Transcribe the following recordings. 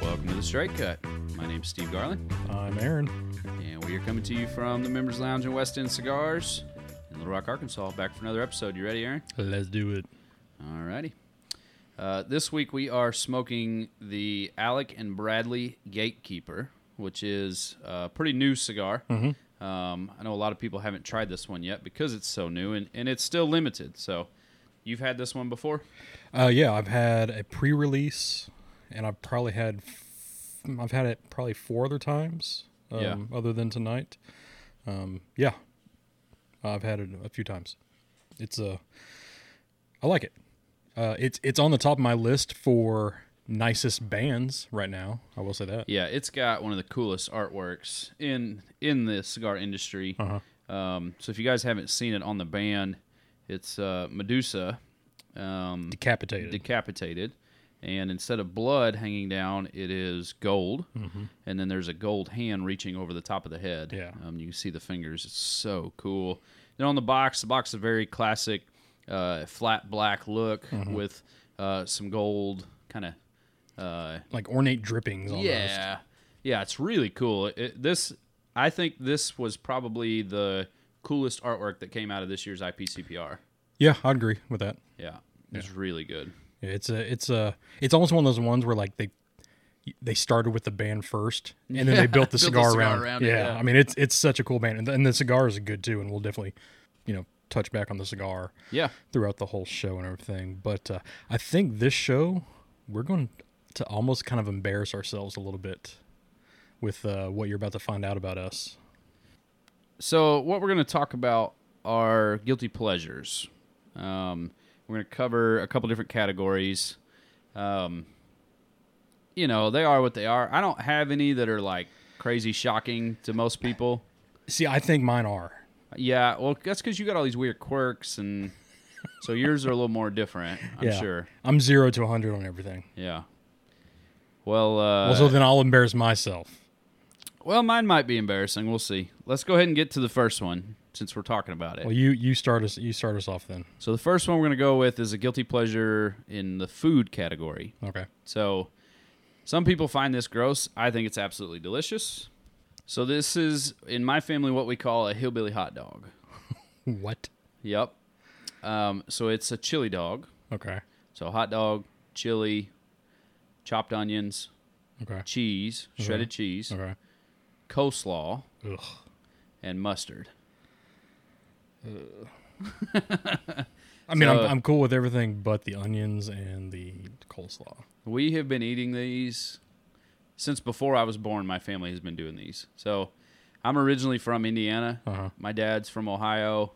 Welcome to the Straight Cut. My name's Steve Garland, I'm Aaron. and we are coming to you from the Members Lounge and West End Cigars in Little Rock, Arkansas. Back for another episode. You ready, Aaron? Let's do it. Alrighty. Uh, this week we are smoking the Alec and Bradley Gatekeeper, which is a pretty new cigar. Um, I know a lot of people haven't tried this one yet because it's so new and, and it's still limited. So you've had this one before? Uh, yeah, I've had a pre-release, and I've probably had, f- I've had it probably four other times. Um, Yeah. Other than tonight, um, yeah, I've had it a few times. It's uh, I like it. Uh, it's it's on the top of my list for nicest bands right now. I will say that. Yeah, it's got one of the coolest artworks in in the cigar industry. Uh-huh. Um, so if you guys haven't seen it on the band, it's uh, Medusa um, Decapitated. decapitated, and instead of blood hanging down, it is gold, and then there's a gold hand reaching over the top of the head. Mm-hmm. Yeah. um, you can see the fingers. It's so cool. Then on the box, the box is a very classic uh, flat black look Mm-hmm. with uh, some gold kind of. Uh, like ornate drippings. Almost. yeah, yeah, it's really cool. It, this, I think, this was probably the coolest artwork that came out of this year's IPCPR. Yeah, I'd agree with that. Yeah, it's really good. Yeah, It's a it's a it's almost one of those ones where like they they started with the band first and then Yeah, they built the built the cigar, cigar around. around it, yeah. yeah. I mean it's it's such a cool band and the, and the cigar is good too and we'll definitely you know touch back on the cigar Yeah, throughout the whole show and everything. But uh, I think this show we're going to almost kind of embarrass ourselves a little bit with uh, what you're about to find out about us. So what we're going to talk about are guilty pleasures. Um, we're going to cover a couple different categories. Um, you know, they are what they are. I don't have any that are like crazy shocking to most people. See, I think mine are. Yeah, well, that's because you got all these weird quirks, and so yours are a little more different. I'm Yeah. sure. I'm 0 to 100 on everything. Yeah. Well, uh, also then I'll embarrass myself. well, mine might be embarrassing. We'll see. Let's go ahead and get to the first one since we're talking about it. Well, you you start us you start us off then. So the first one we're going to go with is a guilty pleasure in the food category. Okay. So some people find this gross. I think it's absolutely delicious. So this is in my family what we call a hillbilly hot dog. What? Yep. Um, so it's a chili dog. Okay. So hot dog, chili, chopped onions, Okay. cheese, shredded cheese, Okay. coleslaw, Ugh. and mustard. I mean, So- I'm, I'm cool with everything but the onions and the coleslaw. We have been eating these since before I was born. My family has been doing these. So I'm originally from Indiana. Uh-huh. My dad's from Ohio.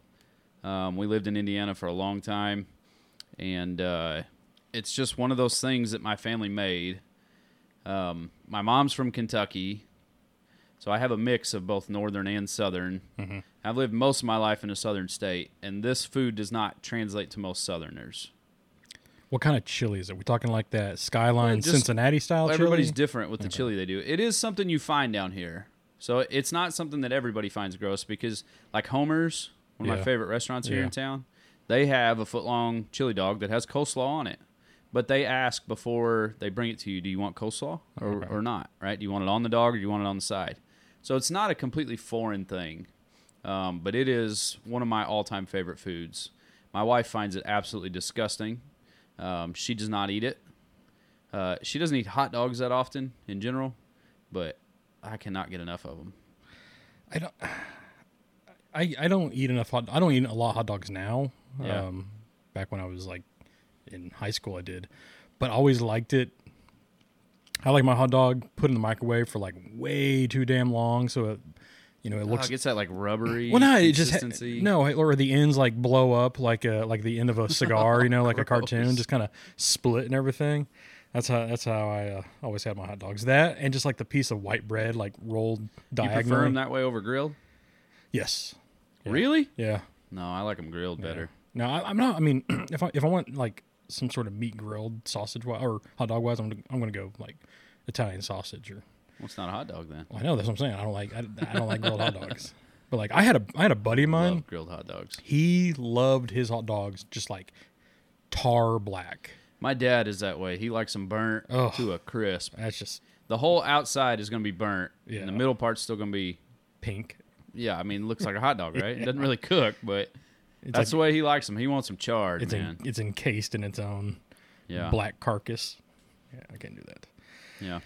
Um, we lived in Indiana for a long time. And uh, it's just one of those things that my family made. Um, my mom's from Kentucky. So I have a mix of both northern and southern. I've lived most of my life in a southern state, and this food does not translate to most southerners. What kind of chili is it? We're talking like that skyline just- Cincinnati style Well, everybody's chili. different with the chili they do. It is something you find down here, so it's not something that everybody finds gross because, like Homer's, one of my Yeah. favorite restaurants here Yeah. in town, they have a foot long chili dog that has coleslaw on it. But they ask before they bring it to you, do you want coleslaw or, or not? Right? Do you want it on the dog or do you want it on the side? So it's not a completely foreign thing, um, but it is one of my all time favorite foods. My wife finds it absolutely disgusting. Um, she does not eat it. Uh, she doesn't eat hot dogs that often in general, but I cannot get enough of them. I don't. I, I don't eat enough hot. I don't eat a lot of hot dogs now. Yeah. Um, back when I was like in high school, I did, but I always liked it. I like my hot dog put in the microwave for like way too damn long, so it, you know, it Looks, looks it gets that like rubbery Well, no, it just ha- consistency. no, or the ends like blow up like a like the end of a cigar, you know, like a cartoon, just kind of split and everything. That's how that's how I uh, always had my hot dogs. That and just like the piece of white bread like rolled you diagonally. prefer them that way over grilled? Yes. Really? Yeah. No, I like them grilled better. No, I, I'm not. I mean, if I if I want like some sort of meat grilled sausage wi- or hot dog wise, I'm gonna, I'm gonna go like Italian sausage or Well, it's not a hot dog then. I know that's what I'm saying. I don't like I, I don't like grilled hot dogs. But like I had a I had a buddy of mine. Love grilled hot dogs. He loved his hot dogs just like tar black. My dad is that way. He likes them burnt Ugh. to a crisp. That's just The whole outside is going to be burnt, Yeah. and the middle part's still going to be Pink. yeah. I mean, looks like a hot dog, right? It doesn't really cook, but It's that's like, the way he likes them. He wants them charred, it's man. en- it's encased in its own yeah, black carcass. Yeah, I can't do that. yeah.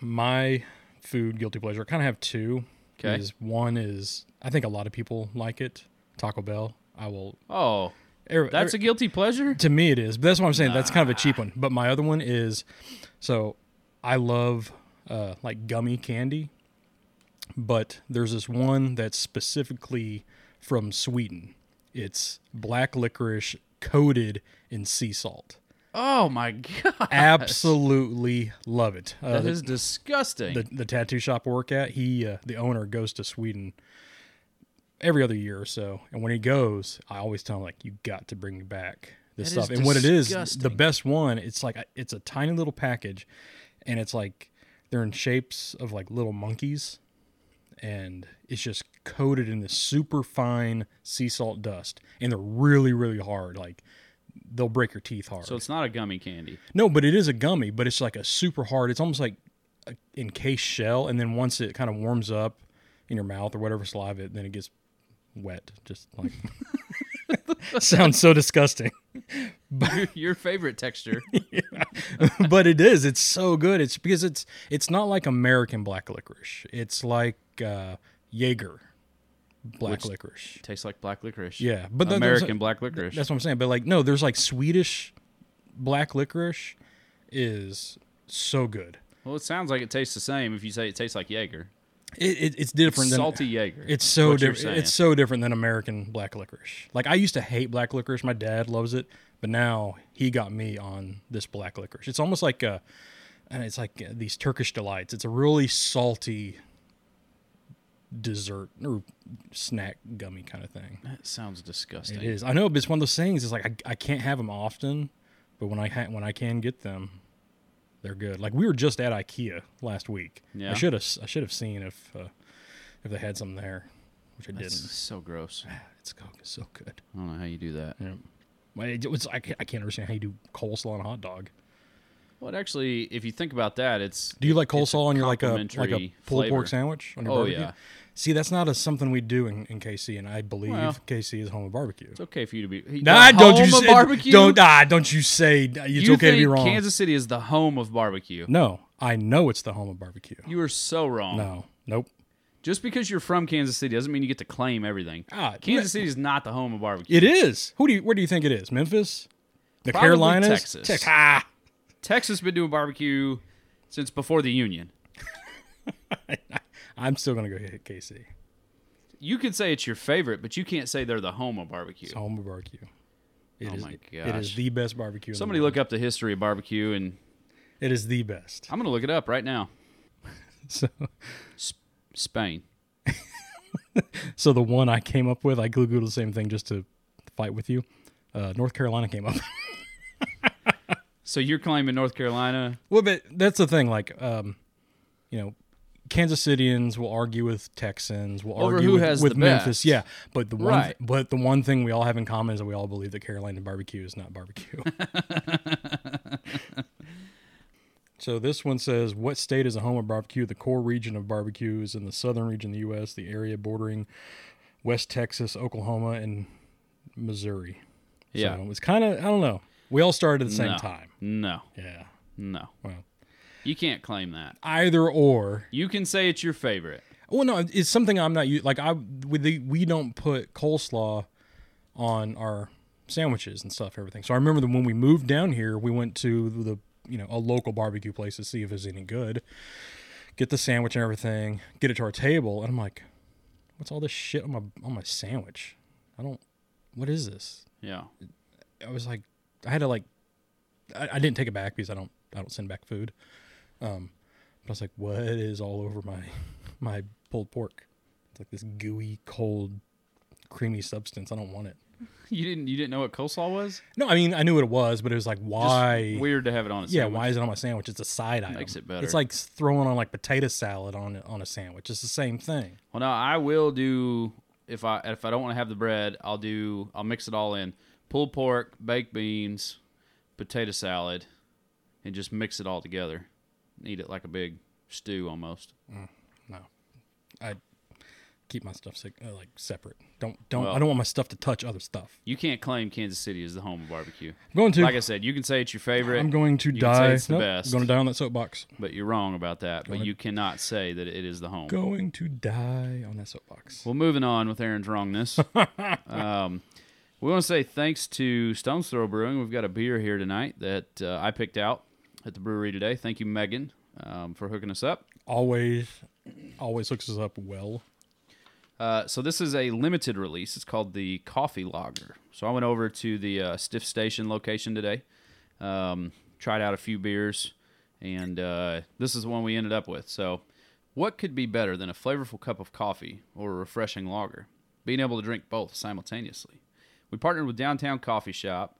my food guilty pleasure. I kind of have two. 'Kay. Is one is I think a lot of people like it. Taco Bell. I will. Oh, er- that's a er- guilty pleasure. to me it is. But that's what I'm saying. That's kind of a cheap one. But my other one is, so I love uh, like gummy candy, but there's this one that's specifically from Sweden. It's black licorice coated in sea salt. Oh my god, Absolutely love it. Uh, that the- is disgusting. the, the tattoo shop I work at, he uh, the owner goes to Sweden every other year or so, and when he goes, I always tell him like, you got to bring back this That is stuff. And what it is, the disgusting. best one, it's like a- it's a tiny little package, and it's like they're in shapes of like little monkeys, and it's just coated in this super fine sea salt dust, and they're really really hard, like. They'll break your teeth hard. so it's not a gummy candy. No, but it is a gummy, but it's like a super hard. It's almost like a encased shell, and then once it kind of warms up in your mouth or whatever saliva, it, then it gets wet. Just like sounds so disgusting, Your- Your favorite texture. but it is. It's so good. It's because it's it's not like American black licorice. It's like uh, Jaeger black Which- licorice. tastes like black licorice. Yeah, but th- there's- American black licorice. That's what I'm saying. But like, no, there's like Swedish black licorice is so good. well, it sounds like it tastes the same if you say it tastes like Jaeger. It, it, it's different than Salty Jaeger. It's so what you're different. saying. It's so different than American black licorice. Like I used to hate black licorice. My dad loves it, but now he got me on this black licorice. It's almost like uh and it's like uh, these Turkish delights. It's a really salty dessert or snack gummy kind of thing. That sounds disgusting. It is. I know, but it's one of those things. It's like I, I can't have them often, but when I ha- when I can get them, they're good. Like we were just at IKEA last week. Yeah. I should have I should have seen if uh, if they had some there, which I That's Ah, didn't. so gross. I It's so, it's so good. don't know how you do that. Yeah. Well, it was, I, can't, I can't understand how you do coleslaw on a hot dog. Well, it actually, if you think about that, it's Do you like it's a coleslaw on your like a like a complimentary pulled flavor. pork sandwich on your Oh, barbecue? yeah. See, that's not a, something we do in, in KC, and I believe Well. KC is home of barbecue. It's okay for you to be. he- Nah, the don't you home of say, barbecue? don't ah, don't you say it's you okay to be think wrong. Kansas City is the home of barbecue. No, I know it's the home of barbecue. You are so wrong. No, nope. Just because you're from Kansas City doesn't mean you get to claim everything. Ah, Kansas City is not the home of barbecue. It is. Who do you? Where do you think it is? Memphis, the Probably Carolinas, Texas. Tex- ah, Texas been doing barbecue since before the Union. I'm still gonna go hit KC. You could say it's your favorite, but you can't say they're the home of barbecue. It's home of barbecue. It Oh is- my It is gosh. the best barbecue. in the Somebody world. look up the history of barbecue, and It is the best. I'm gonna look it up right now. So, Spain. so the one I came up with, I googled the same thing just to fight with you. Uh, North Carolina came up. So you're claiming North Carolina? Well, but that's the thing. Like, um, you know, Kansas Cityans will argue with Texans. Will Over argue who with, has with the Memphis. best. Yeah, but the one, Right. but the one thing we all have in common is that we all believe that Carolina barbecue is not barbecue. so this one says, "What state is a home of barbecue? The core region of barbecue is in the southern region of the U.S. The area bordering West Texas, Oklahoma, and Missouri." Yeah. so it's kind of I don't know. We all started at the same No. time. No, Yeah. no. Well, You can't claim that. either or. You can say it's your favorite. Well, no, it's something I'm not used. Like I, we, the, we don't put coleslaw on our sandwiches and stuff, everything. So I remember that when we moved down here, we went to the you know a local barbecue place to see if it was any good. Get the sandwich and everything. Get it to our table, and I'm like, "What's all this shit on my on my sandwich? I don't. What is this? Yeah. I was like, I had to like, I, I didn't take it back because I don't, I don't send back food. Um, but I was like, what is all over my, my pulled pork? It's like this gooey, cold, creamy substance. I don't want it. You didn't you didn't know what coleslaw was? No, I mean I knew what it was, but it was like, Just why? weird to have it on a Yeah, sandwich. why is it on my sandwich? It's a side item. Makes it better. It's like throwing on like potato salad on on a sandwich. It's the same thing. Well, no, I will do if I if I don't want to have the bread, I'll do I'll mix it all in pulled pork, baked beans, potato salad, and just mix it all together. eat it like a big stew almost. No, I keep my stuff sec- uh, like separate. Don't don't. Well- I don't want my stuff to touch other stuff. You can't claim Kansas City is the home of barbecue. I'm going to. Like I said, you can say it's your favorite. I'm going to you die. Can say it's the Nope, best, I'm going to die on that soapbox. but you're wrong about that. But you cannot say that it is the home. Going to die on that soapbox. Well, moving on with Aaron's wrongness. um, we want to say thanks to Stone's Throw Brewing. We've got a beer here tonight that uh, I picked out at the brewery today. Thank you, Megan, um, for hooking us up. Always, always hooks us up well. Uh, so this is a limited release. It's called the Coffee Lager. So I went over to the uh, Stiff Station location today, um, tried out a few beers, and uh, this is the one we ended up with. So, what could be better than a flavorful cup of coffee or a refreshing lager? Being able to drink both simultaneously. We partnered with Downtown Coffee Shop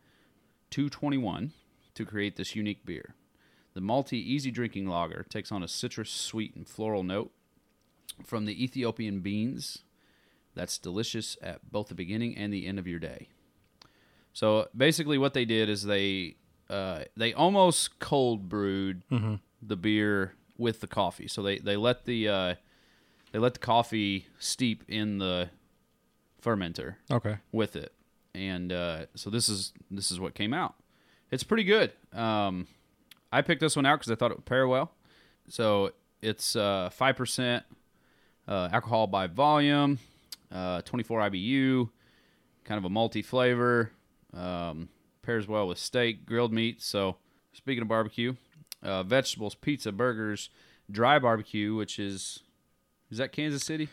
221 to create this unique beer. The malty, easy drinking lager takes on a citrus, sweet, and floral note from the Ethiopian beans that's delicious at both the beginning and the end of your day. So basically, what they did is they uh, they almost cold brewed the beer with the coffee. So they they let the uh, they let the coffee steep in the fermenter Okay. with it, and uh, so this is this is what came out. It's pretty good. Um, I picked this one out because I thought it would pair well. So it's five percent uh, alcohol by volume, uh, twenty four IBU, kind of a multi flavor. Um, pairs well with steak, grilled meat. So speaking of barbecue, uh, vegetables, pizza, burgers, dry barbecue, which is is that Kansas City?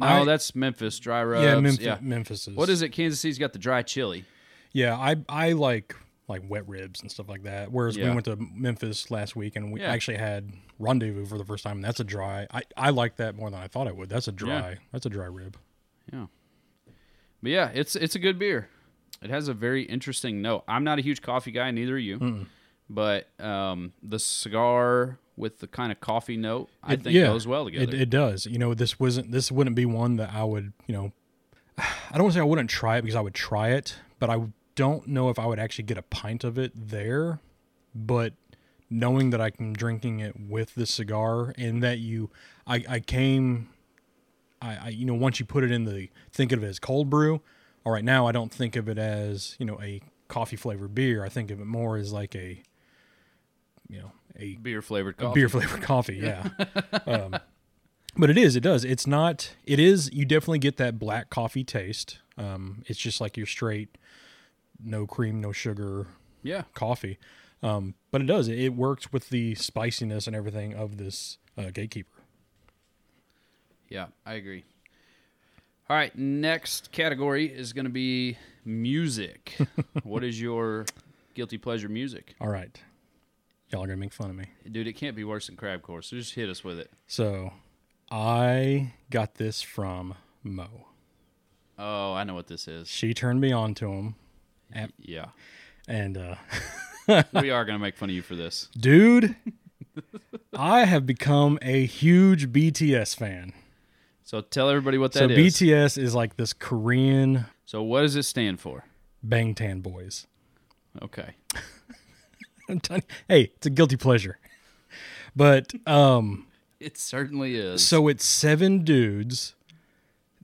No, I- that's Memphis. Dry rubs. yeah, Memphis. Memphis is. What is it? Kansas City's got the dry chili. Yeah, I I like like wet ribs and stuff like that. Whereas we Yeah. went to Memphis last week and we Yeah. actually had rendezvous for the first time. And that's a dry. I I like that more than I thought I would. That's a dry. That's a dry rib. Yeah. But yeah, it's it's a good beer. It has a very interesting note. I'm not a huge coffee guy, neither are you. But um, the cigar with the kind of coffee note, I It- think goes well it- together. It, does. You know, this wasn't this wouldn't be one that I would, you know, I don't want to say I wouldn't try it because I would try it, but I don't know if I would actually get a pint of it there. But knowing that I'm drinking it with the cigar and that you, I, I came, I, I, you know, once you put it in the think of it as cold brew. All right, now I don't think of it as you know a coffee flavored beer. I think of it more as like a, you know, a beer flavored coffee. beer flavored coffee. Yeah. um, but it is. It does. It's not. It is. You definitely get that black coffee taste. Um, it's just like your straight, no cream, no sugar Yeah. coffee. Um, but it does. It, it works with the spiciness and everything of this uh, gatekeeper. Yeah, I agree. All right, next category is going to be music. what is your guilty pleasure music? All right. Y'all are gonna make fun of me. Dude, it can't be worse than Crab Course. So just hit us with it. So, I got this from Mo. Oh, I know what this is. She turned me on to him, Yeah. and uh, we are going to make fun of you for this. dude i have become a huge bts fan So tell everybody what so that is. bts is like this korean So what does it stand for? bangtan boys Okay. I'm telling you, hey it's a guilty pleasure but um It certainly is. so it's seven dudes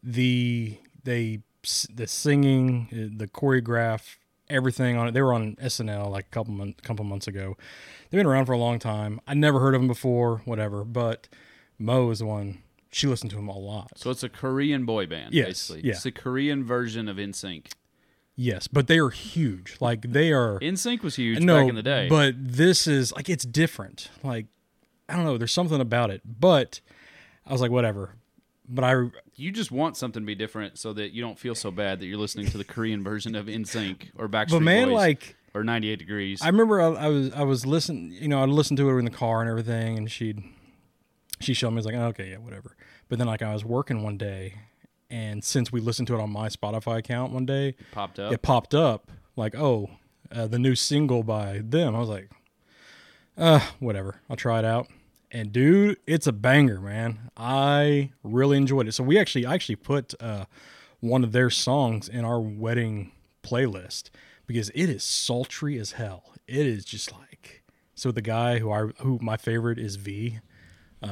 the they s- the singing uh, the choreograph everything on it they were on snl like a couple months couple months ago they've been around for a long time i never heard of them before whatever but mo is the one she listened to him a lot So it's a Korean boy band, Yes, basically. yeah. It's the Korean version of NSYNC. Yes, but they are huge. Like they are NSYNC was huge no, back in the day. but this is like it's different. Like I don't know, there's something about it. But I was like, whatever. But I you just want something to be different so that you don't feel so bad that you're listening to the Korean version of NSYNC or Backstreet but man, Boys like or 98 Degrees. I remember I, I was I was listening, you know, I'd listen to her in the car and everything, and she'd she showed me I was like, oh, okay, yeah, whatever. But then like I was working one day, and since we listened to it on my Spotify account one day, popped up. it popped up like, oh, uh, the new single by them. I was like, uh, whatever. I'll try it out. And dude, it's a banger, man. I really enjoyed it. So we actually, I actually put uh, one of their songs in our wedding playlist because it is sultry as hell. It is just like So the guy who I who my favorite is V.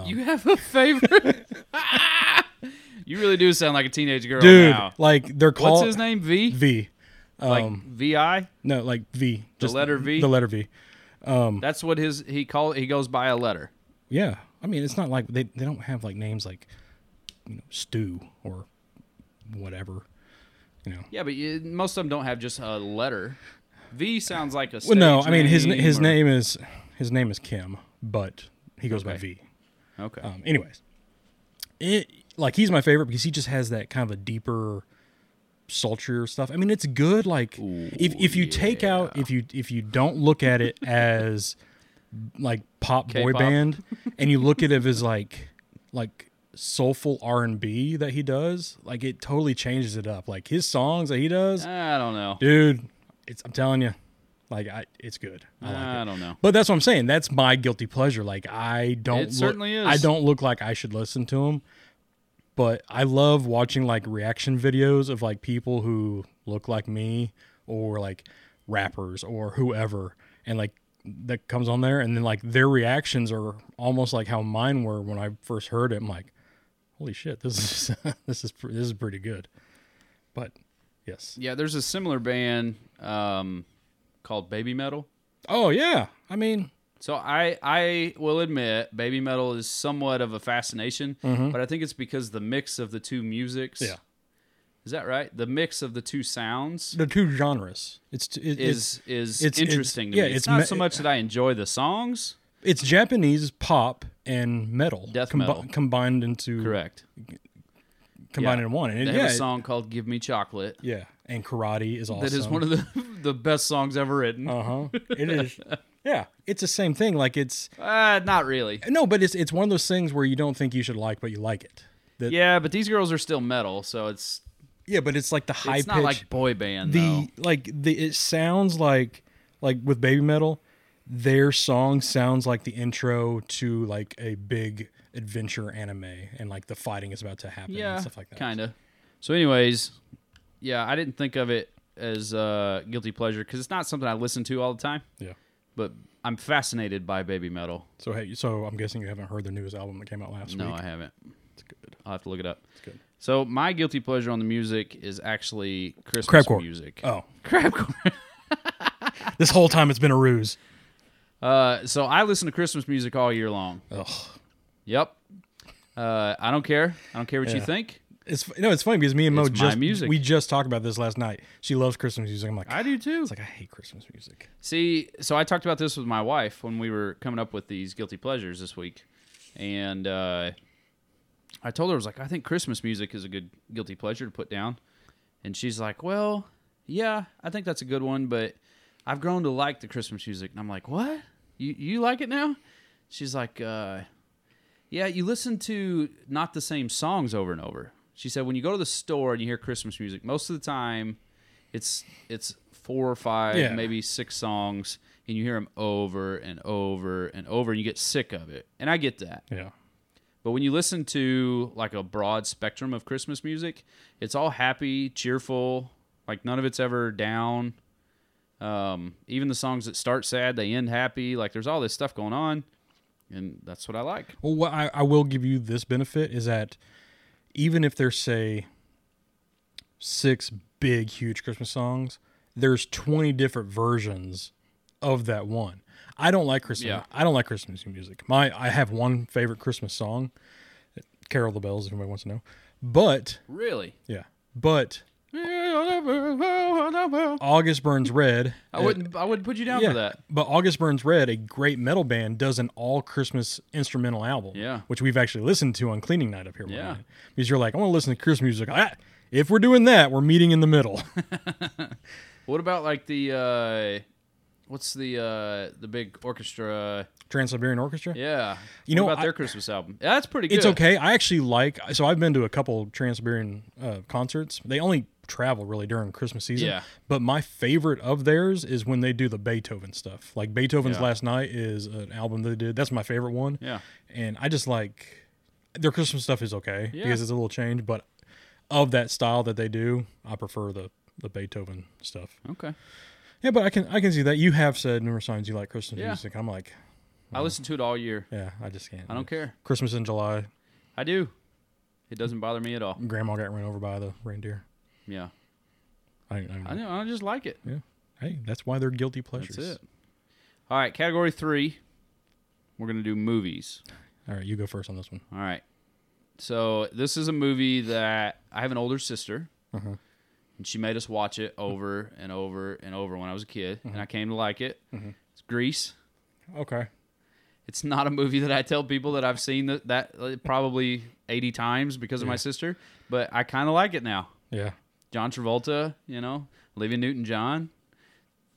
You have a favorite. you really do sound like a teenage girl Dude, now. like they're called Oh, What's his name? V. V. like Um, Vi. No, like V. Just letter V? The letter V. That's what his he call he goes by a letter. Yeah. I mean, it's not like they, they don't have like names like you know, Stu or whatever. You know. Yeah, but you, most of them don't have just a letter. V sounds like a. Well, no, stage I mean his name his or- name is his name is Kim, but he goes by Okay. V. Okay. Um, anyways, it like he's my favorite because he just has that kind of a deeper, sultrier stuff. I mean, it's good. Like if if you take out if you if you don't look at it as like pop boy K-pop. band and you look at it as like like soulful R and B that he does, like it totally changes it up. Like his songs that he does, I don't know. dude. It's I'm telling you, like I, it's good. I like it. I don't know. But that's what I'm saying. That's my guilty pleasure. Like I don't. It look, certainly is. I don't look like I should listen to them, but I love watching like reaction videos of like people who look like me or like rappers or whoever, and like that comes on there, and then like their reactions are almost like how mine were when I first heard it. I'm like, holy shit, this is this is pre- this is pretty good. But yes. Yeah, there's a similar band um, called Baby Metal. Oh yeah. I mean, So I I will admit baby metal is somewhat of a fascination, but I think it's because the mix of the two musics. Mm-hmm. Yeah. Is that right? The mix of the two sounds the two genres. It's it, it's- is is it's- it's- interesting to yeah, me. It's, it's not me- so much that I enjoy the songs. It's Japanese pop and metal, Death combi- metal. combined into Correct. combined yeah. in one. And They it, have yeah, a song called "Give Me Chocolate" it- yeah, and karate is awesome. that is one of the the best songs ever written. uh huh. It is. Yeah, it's the same thing. Like it's Uh, not really. no, but it's it's one of those things where you don't think you should like, but you like it. That, yeah. Yeah, but these girls are still metal, so it's but it's like the high it's not pitch. like boy band the though. like the it sounds like like with baby metal their song sounds like the intro to like a big adventure anime and like the fighting is about to happen yeah, and stuff like that Kind of. So, anyways, yeah, I didn't think of it as uh, guilty pleasure because it's not something I listen to all the time. yeah But I'm fascinated by baby metal. So hey, so I'm guessing you haven't heard the newest album that came out last No, week. I haven't. It's good. I'll have to look it up. It's good. So my guilty pleasure on the music is actually Christmas Crabcore. music. Oh, Crabcore. this whole time it's been a ruse. Uh, so I listen to Christmas music all year long. Ugh. Yep. Uh, I don't care. I don't care what you Yeah. think. It's no, it's funny because me and Mo It's my just music. we just talked about this last night. She loves Christmas music. I'm like, I do too. it's like I hate Christmas music. See, so I talked about this with my wife when we were coming up with these guilty pleasures this week, and uh, I told her I was like, I think Christmas music is a good guilty pleasure to put down, and she's like, Well, yeah, I think that's a good one, but I've grown to like the Christmas music, and I'm like, What? You you like it now? She's like, uh, Yeah, you listen to not the same songs over and over. She said when you go to the store and you hear Christmas music, most of the time, it's it's four or five, Yeah. maybe maybe six songs and you hear them over and over and over and you get sick of it. And I get that. Yeah, But when you listen to like a broad spectrum of Christmas music, it's all happy, cheerful, like none of it's ever down. Um, even the songs that start sad, they end happy. Like there's all this stuff going on. And that's what I like. Well, what I, I will give you this benefit is that even if there's say six big huge Christmas songs, there's 20 different versions of that one. I don't like Christmas. Yeah. I don't like Christmas music. My I have one favorite Christmas song, "Carol the Bells." If anybody wants to know, but Really? yeah, but I August Burns Red. wouldn't I wouldn't put you down for that. But August Burns Red, a great metal band, does an all Christmas instrumental album. Yeah. Which we've actually listened to on cleaning night up here. one Yeah. night. Because you're like, I want to listen to Christmas music. Ah, if we're doing that, we're meeting in the middle. What about like the uh what's the uh the big orchestra Trans Siberian Orchestra. Yeah. You What know, about I- their Christmas album? Yeah, that's pretty good. It's okay. I actually like. So I've been to a couple Trans Siberian uh, concerts. They only travel really during Christmas season. Yeah. But my favorite of theirs is when they do the Beethoven stuff. Like Beethoven's Yeah. Last Night is an album they did. That's my favorite one. Yeah. and I just like their Christmas stuff is okay Yeah. because it's a little change, but of that style that they do, I prefer the the Beethoven stuff. Okay. Yeah, but I can I can see that you have said numerous times you like Christmas Yeah. music. I'm like, I listen to it all year. yeah, I just can't. I don't care. Christmas in July, I do. It doesn't bother me at all. Grandma got run over by the reindeer. Yeah, I, I, I know. I just like it. hey, that's why they're guilty pleasures. That's it. All right, category three. We're gonna do movies. All right, you go first on this one. All right. So this is a movie that I have an older sister, Uh-huh. and she made us watch it over and over and over when I was a kid, and I came to like it. It's Grease. Okay. It's not a movie that I tell people that I've seen that, that uh, probably eighty times because of my sister, but I kind of like it now. Yeah. John Travolta, you know, Olivia Newton John.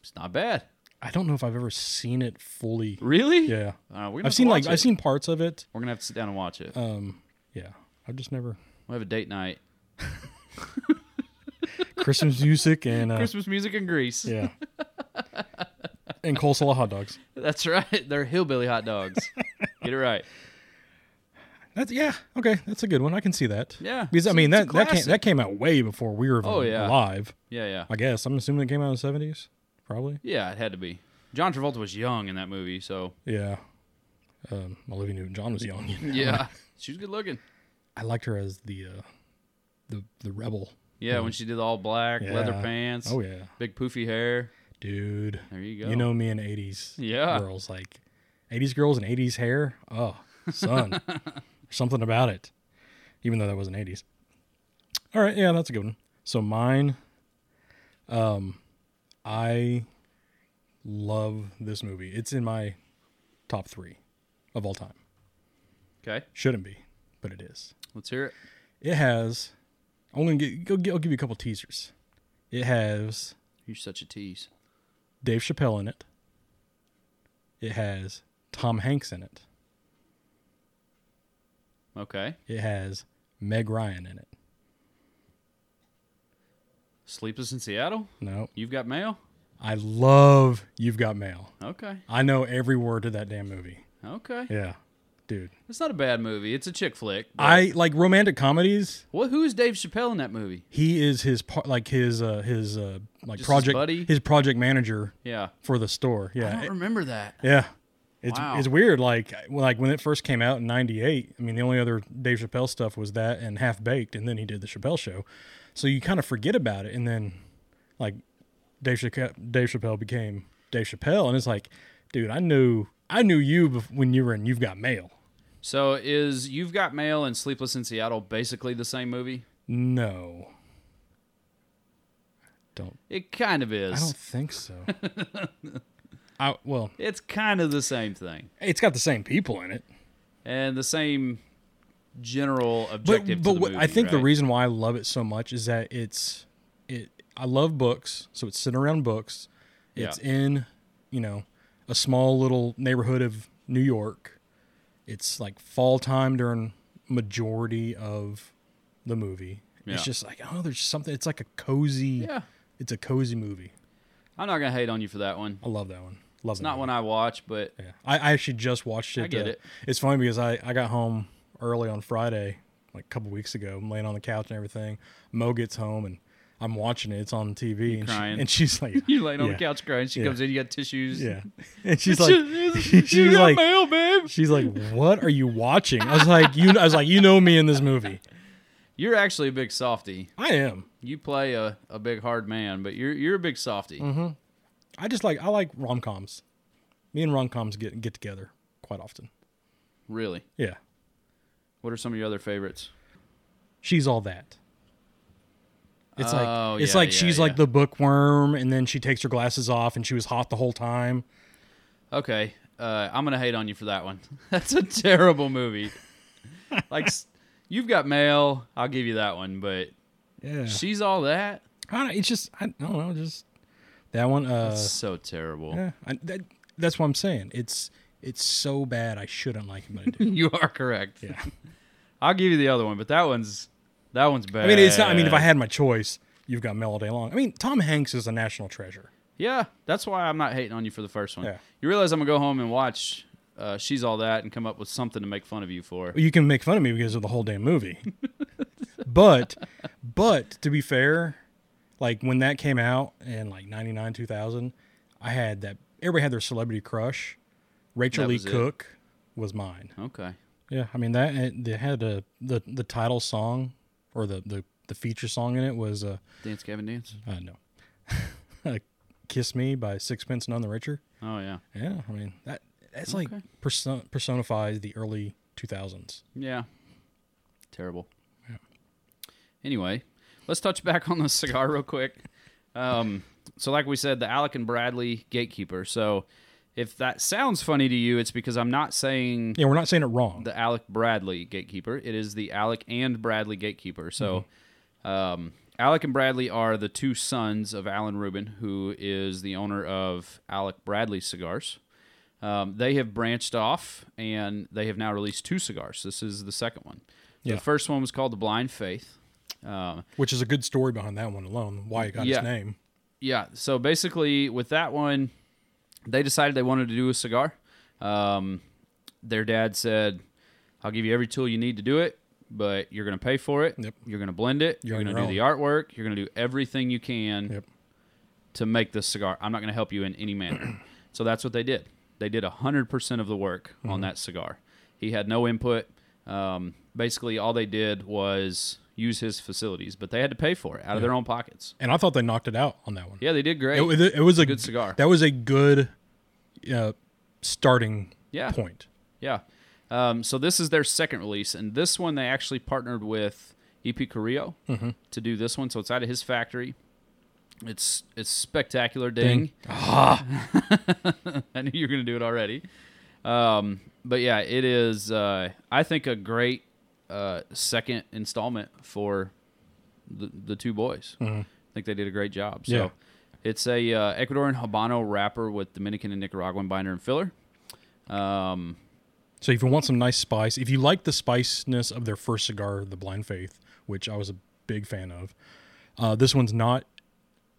It's not bad, I don't know if I've ever seen it fully. really. Yeah. Uh, we're gonna I've seen like i I've seen parts of it. We're gonna have to sit down and watch it. Um, yeah. I've just never we'll have a date night. Christmas music and uh, Christmas music in Greece. yeah, and coleslaw hot dogs. That's right. They're hillbilly hot dogs. Get it right. That's yeah. Okay, that's a good one. I can see that. Yeah, Because I it's- mean it's a that that came, classic. that came out way before we were even Oh, yeah. alive. Yeah, yeah. I guess I'm assuming it came out in the seventies, probably. Yeah, it had to be. John Travolta was young in that movie, so Yeah. Um, Olivia Newton-John was young. yeah. She was good looking. I liked her as the uh, the the rebel. Yeah, when she did all black, leather Yeah. pants, Oh yeah, big poofy hair. dude. There you go. You know me in '80s Yeah. girls like '80s girls and '80s hair. Oh, son, something about it. Even though that wasn't '80s. All right, yeah, that's a good one. So mine, um, I love this movie. It's in my top three of all time. Okay, Shouldn't be, but it is. let's hear it. It has. I'm gonna get. go- I'll give you a couple teasers. It has You're such a tease. Dave Chappelle in it. It has Tom Hanks in it. Okay. It has Meg Ryan in it. Sleepless in Seattle. No, You've got mail. I love You've Got Mail. Okay. I know every word to that damn movie. Okay. Yeah, dude. It's not a bad movie. It's a chick flick. but- I like romantic comedies. What? Who is Dave Chappelle in that movie? He is his part, like his uh his uh Just like his project buddy? his project manager Yeah. for the store. I Yeah, don't remember that. Yeah. It's Wow. it's weird. Like like when it first came out in '98. I mean, the only other Dave Chappelle stuff was that and Half Baked, and then he did the Chappelle Show. So you kind of forget about it, and then like Dave Chappelle, Dave Chappelle became Dave Chappelle, and it's like, dude, I knew I knew you bef- when you were in You've Got Mail. So is You've Got Mail and Sleepless in Seattle basically the same movie? No, don't. It kind of is. I don't think so. I well, It's kind of the same thing it's got the same people in it. and the same general objective. to but, but the what, I movie, think the right? reason why I love it so much is that it's it. I love books, so it's sitting around books. It's Yeah. in you know a small little neighborhood of New York. It's like fall time during majority of the movie. Yeah. It's just like oh, there's something. It's like a cozy. Yeah. It's a cozy movie. I'm not gonna hate on you for that one. I love that one. Love It's not one I watch, but Yeah. I, I actually just watched it. I get uh, it. It's funny because I, I got home early on Friday, like a couple weeks ago. I'm laying on the couch and everything. Mo gets home and I'm watching it. It's on TV. and, she- crying. and she's like, you're laying on Yeah. the couch crying. She Yeah. comes in, you got tissues. Yeah. And she's like, she's you got like, mail, babe. she's like, what are you watching? I was like, you, I was like, you know me in this movie. You're actually a big softy. I am. You play a, a big hard man, but you're you're a big softy. Mm-hmm. I just like, I like rom coms. Me and rom coms get, get together quite often. Really. Yeah. What are some of your other favorites? she's all that. It's like Oh, it's yeah, like yeah, she's yeah. like the bookworm, and then she takes her glasses off, and she was hot the whole time. Okay, uh, I'm gonna hate on you for that one. That's a terrible movie. like, s- you've got mail. I'll give you that one, but Yeah, she's all that. I don't, it's just I, don't know, just that one. Uh, so terrible. yeah, I, that, that's what I'm saying. It's it's so bad I shouldn't like it, but I do. You are correct. Yeah. I'll give you the other one, but that one's that one's bad. I mean, it's not. I mean, if I had my choice, you've got Mel all day long. I mean, Tom Hanks is a national treasure. yeah, that's why I'm not hating on you for the first one. Yeah. You realize I'm gonna go home and watch. Uh, she's all that, and come up with something to make fun of you for. you can make fun of me because of the whole damn movie. but but to be fair, Like when that came out in like 99, 2000, I had that. Everybody had their celebrity crush. Rachel That Lee was it. Cook was mine. Okay. Yeah, I mean that and they had a the the title song or the the, the feature song in it was uh, Dance, Gavin, dance. uh no, "Kiss Me" by Sixpence None the Richer. Oh yeah, Yeah, I mean that that's like Okay. perso- personifies the early two thousands. yeah. Terrible. Anyway, let's touch back on the cigar real quick. Um, so, like we said, the Alec and Bradley gatekeeper. So, if that sounds funny to you, it's because I'm not saying Yeah, we're not saying it wrong. the Alec Bradley gatekeeper. It is the Alec and Bradley gatekeeper. So, um, Alec and Bradley are the two sons of Alan Rubin, who is the owner of Alec Bradley Cigars. Um, they have branched off and they have now released two cigars. This is the second one. Yeah. The first one was called the Blind Faith. Um, Which is a good story behind that one alone. Why it got Yeah. its name. yeah. So basically, with that one, they decided they wanted to do a cigar. Um, their dad said, "I'll give you every tool you need to do it, but you're going to pay for it. Yep. You're going to blend it. You're, You're on going to your do the artwork. You're going to do everything you can Yep. to make this cigar. I'm not going to help you in any manner." so that's what they did. They did 100% of the work on Mm-hmm. that cigar. He had no input. Um, basically, all they did was use his facilities, but they had to pay for it out of their own pockets. And I thought they knocked it out on that one. Yeah, they did great. It, was- it was a Good cigar. That was a good uh, starting Yeah. point. Yeah. Um, so this is their second release, and this one they actually partnered with EP Carrillo to do this one. So it's out of his factory. It's it's spectacular, ding. I knew you were gonna do it already. Um, but yeah, it is. Uh, I think a great uh, second installment for the, the two boys. I think they did a great job. So Yeah. it's a uh, Ecuadorian Habano wrapper with Dominican and Nicaraguan binder and filler. Um, So if you want some nice spice, if you like the spiciness of their first cigar, the Blind Faith, which I was a big fan of, uh, this one's not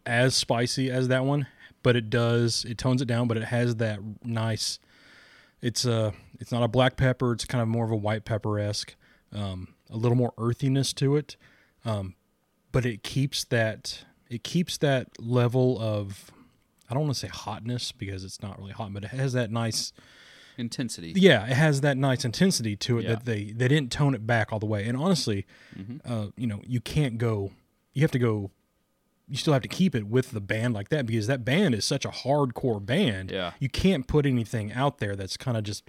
as spicy as that one, but it does it tones it down, but it has that nice. It's a it's not a black pepper. It's kind of more of a white pepper esque, um, a little more earthiness to it, um, but it keeps that it keeps that level of I don't want to say hotness because it's not really hot, but it has that nice intensity. yeah, it has that nice intensity to it Yeah. Mm-hmm. that they they didn't tone it back all the way. And honestly, uh, you know, you can't go. You have to go. You still have to keep it with the band like that because that band is such a hardcore band. Yeah. you can't put anything out there that's kind of just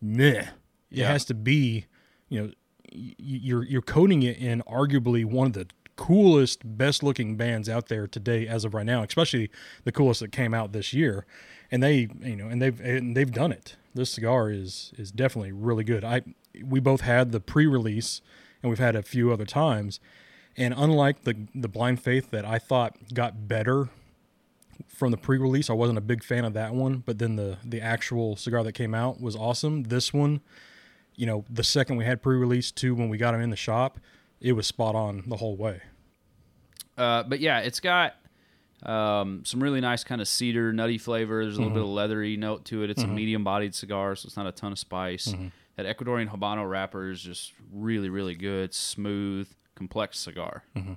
meh. It Yeah. has to be, you know, y- y- you're you're coding it in arguably one of the coolest, best looking bands out there today as of right now, especially the coolest that came out this year. And they, you know, and they've and they've done it. This cigar is is definitely really good. I we both had the pre-release and we've had a few other times. And unlike the the Blind Faith that I thought got better from the pre-release. I wasn't a big fan of that one, but then the the actual cigar that came out was awesome. This one, you know, the second we had pre-release to when we got them in the shop, it was spot on the whole way. Uh, but yeah, it's got um, some really nice kind of cedar, nutty flavor. There's a little bit Mm-hmm. of leathery note to it. It's a medium-bodied cigar, so it's not a ton of spice. Mm-hmm. That Ecuadorian Habano wrapper is just really, really good, smooth, complex cigar. Mm-hmm.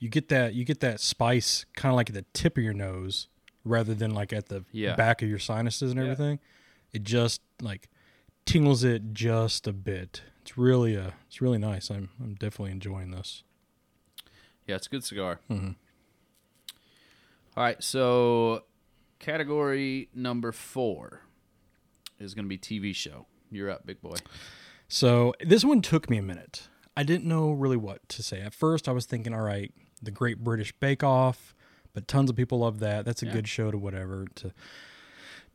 You get that you get that spice kind of like at the tip of your nose rather than like at the Yeah. back of your sinuses and everything. It just like tingles it just a bit. It's really uh it's really nice. I'm I'm definitely enjoying this. Yeah, it's a good cigar. Mm-hmm. All right, so category number four is going to be TV show. You're up, big boy. So this one took me a minute. I didn't know really what to say. At first, I was thinking, all right, the Great British Bake Off, but tons of people love that. That's a good show to whatever. To,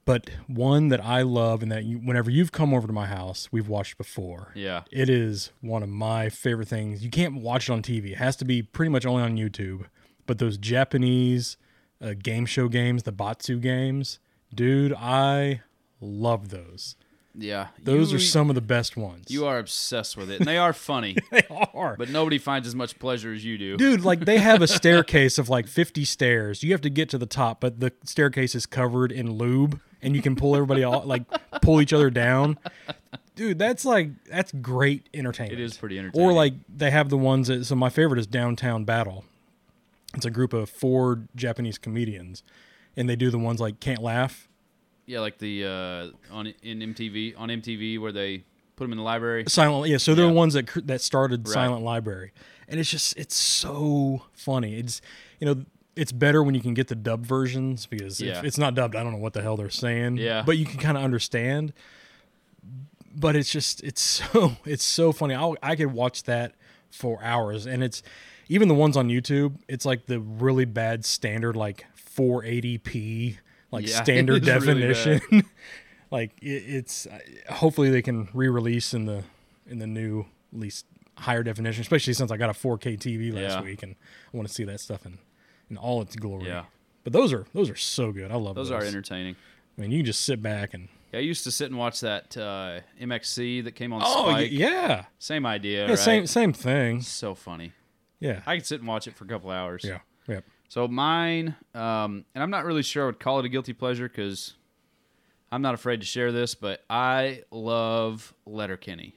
but one that I love and that you, whenever you've come over to my house, we've watched before. Yeah. It is one of my favorite things. You can't watch it on TV. It has to be pretty much only on YouTube. But those Japanese uh, game show games, the Batsu games, dude, I love those. Yeah. Those You- are some of the best ones. You are obsessed with it, and they are funny, they are. but nobody finds as much pleasure as you do. Dude, like they have a staircase of like 50 stairs. You have to get to the top, but the staircase is covered in lube and you can pull everybody all like pull each other down. Dude, that's like that's great entertainment. It is pretty Or entertaining. like they have the ones that so my favorite is Downtown Battle. It's a group of four Japanese comedians, and they do the ones like can't laugh. Yeah, like the uh, on in MTV on MTV where they put them in the library. Silent, yeah. So they're Yeah. the ones that cr- that started Right. Silent Library, and it's just it's so funny. It's you know it's better when you can get the dub versions because Yeah. if it's not dubbed, I don't know what the hell they're saying. Yeah. but you can kind of understand. But it's just it's so it's so funny. I I could watch that for hours, and it's even the ones on YouTube. It's like the really bad standard like 480p like Yeah, it standard is really bad. definition like it, it's uh, hopefully they can re-release in the in the new least higher definition especially since i got a 4k tv last Yeah. week and i want to see that stuff in in all its glory Yeah. but those are those are so good i love those, Those are entertaining. i mean you can just sit back and Yeah, I used to sit and watch that uh, MXC that came on oh y- Spike. yeah, Same idea, yeah right? same same thing So funny. yeah I could sit and watch it for a couple hours. yeah yep So mine, um, and I'm not really sure I would call it a guilty pleasure because I'm not afraid to share this, but I love Letterkenny.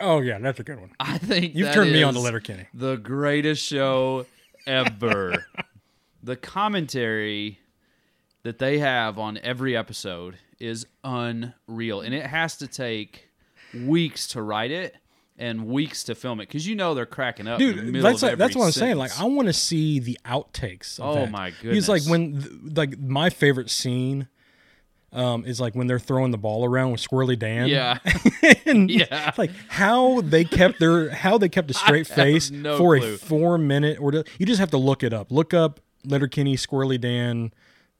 oh yeah that's a good one I think you've that turned me on to is letterkenny The greatest show ever. the commentary that they have on every episode is unreal, and it has to take weeks to write it and weeks to film it because you know they're cracking up. in the dude middle that's of like, that's every what i'm saying like sentence. i want to see the outtakes of Oh that. my he's like goodness. when th- like my favorite scene um is like when they're throwing the ball around with squirrely dan yeah, and Yeah. like how they kept their how they kept a straight face no for a clue. four minute or you just have to look it up look up letterkenny squirrely dan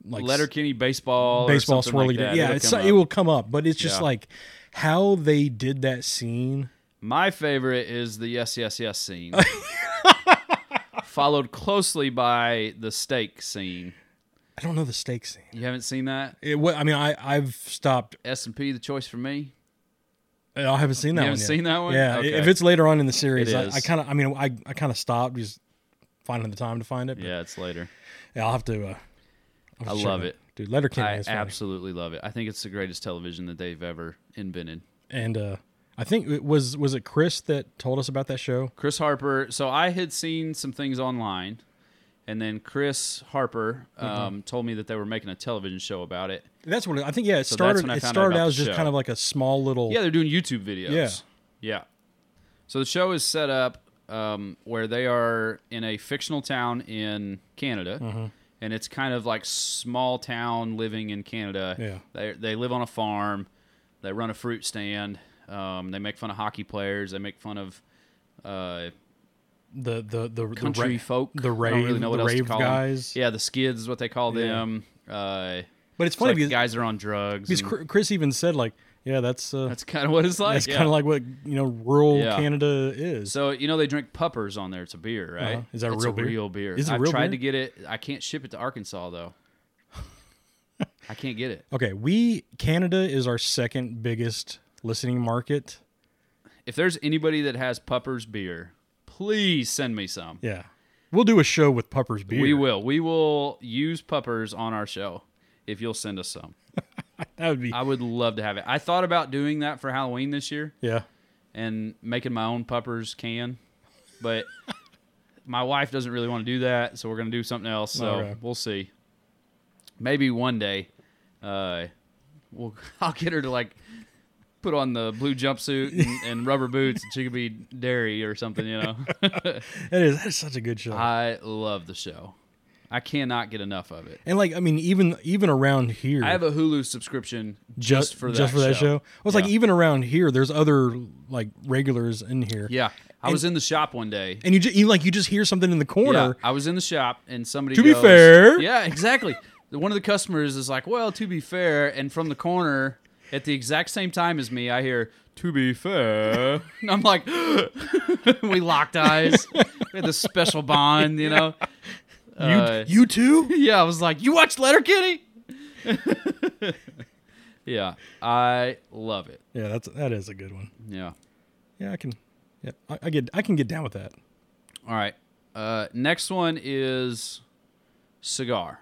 like s- Letterkenny baseball, or baseball something swirly like Dan. that. yeah It'll it's, come it up. will come up but it's just Yeah. like how they did that scene My favorite is the yes, yes, yes scene, followed closely by the steak scene. i don't know the steak scene You haven't seen that it, wa- i mean i i've stopped S and P, the choice for me. I haven't seen that You one. haven't yet. seen that one? Yeah. Okay. If it's later on in the series, It I, is. I kind of, I mean, I, I kind of stopped just finding the time to find it. But yeah. Yeah, it's later. I'll have to. Uh, I'll have I to check love that. it. dude. Letterkenny I is funny. absolutely love it. I think it's the greatest television that they've ever invented. and uh, I think it was was it Chris that told us about that show? Chris Harper. So I had seen some things online, and then Chris Harper Mm-hmm. um, told me that they were making a television show about it. That's what it, I think. Yeah, it that's when started. I It found out started about out as the just show. kind of like a small little. Yeah, they're doing YouTube videos. Yeah. Yeah. So the show is set up um, where they are in a fictional town in Canada, Mm-hmm. and it's kind of like small town living in Canada. Yeah. They they live on a farm, they run a fruit stand. Um, they make fun of hockey players. They make fun of uh, The the the the country ra- folk. the I don't rave, really know what the else to rave call 'em. guys. Yeah, the skids is what they call Yeah. them. Uh, But it's it's funny like because, guys are on drugs. because and Chri- Chris even said like, yeah, that's uh, that's, that's kind of what it's like. yeah. kind of like what you know rural Yeah. Canada is. So you know they drink puppers on there. It's a beer, right? Uh-huh. Is that a It's real beer? Real beer. Is it I've real tried beer? to get it. I can't ship it to Arkansas though. I can't get it. Okay, we Canada is our second biggest listening market. If there's anybody that has puppers beer, please send me some. Yeah, we'll do a show with Pupper's beer. We will. We will use puppers on our show if you'll send us some. That would be I would love to have it. I thought about doing that for Halloween this year yeah. and making my own puppers can, but my wife doesn't really want to do that, so we're gonna do something else. So All right. we'll see. Maybe one day, uh, we'll I'll get her to like put on the blue jumpsuit and, and rubber boots, and she could be dairy or something. You know, That is that is such a good show. I love the show. I cannot get enough of it. and like I mean, even even around here, I have a Hulu subscription ju- just, for that just for that show. I was like, Yeah. even around here, there's other like regulars in here. Yeah, I was in the shop one day and you, ju- you like you just hear something in the corner. Yeah, I was in the shop and somebody. To be goes- fair. yeah, exactly. One of the customers is like, "Well, to be fair," and from the corner at the exact same time as me, I hear, "To be fair," and I'm like, "We locked eyes. We had this special bond, you know." Uh, you you too. yeah, I was like, "You watch Letterkenny?" yeah, I love it. yeah, that's that is a good one. Yeah. Yeah, I can. Yeah, I, I get I can get down with that. All right. Uh, next one is cigar.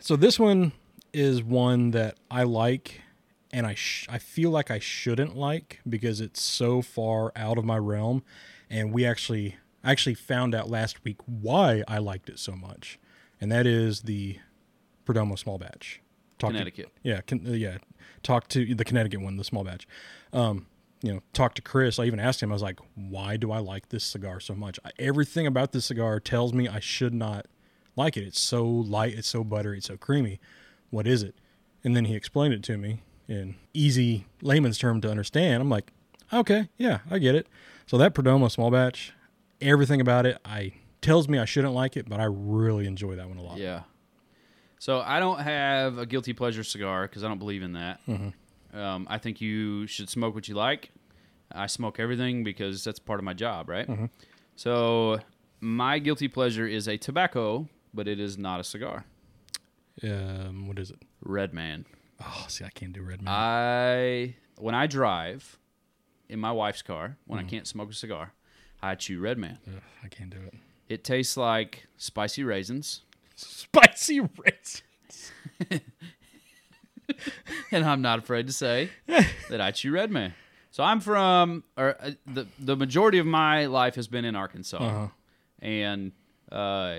So this one is one that I like, and I sh- I feel like I shouldn't like because it's so far out of my realm, and we actually I actually found out last week why I liked it so much, and that is the Perdomo small batch. Talk Connecticut. To, yeah, con, uh, yeah. Talk to the Connecticut one, the small batch. Um, you know, talk to Chris. I even asked him. I was like, "Why do I like this cigar so much? I, everything about this cigar tells me I should not like it. It's so light. It's so buttery. It's so creamy. What is it?" And then he explained it to me in easy layman's term to understand. I'm like, "Okay, yeah, I get it." So that Perdomo small batch, everything about it, I tells me I shouldn't like it, but I really enjoy that one a lot. Yeah. So I don't have a guilty pleasure cigar because I don't believe in that. Um, I think you should smoke what you like. I smoke everything because that's part of my job, right? So my guilty pleasure is a tobacco, but it is not a cigar. Um, what is it? Red Man. Oh, see, I can't do red man. I when I drive in my wife's car when I can't smoke a cigar, I chew Red Man. Ugh, I can't do it. It tastes like spicy raisins, Spicy raisins. and I'm not afraid to say that I chew Red Man. So I'm from, or uh, the the majority of my life has been in Arkansas, and uh,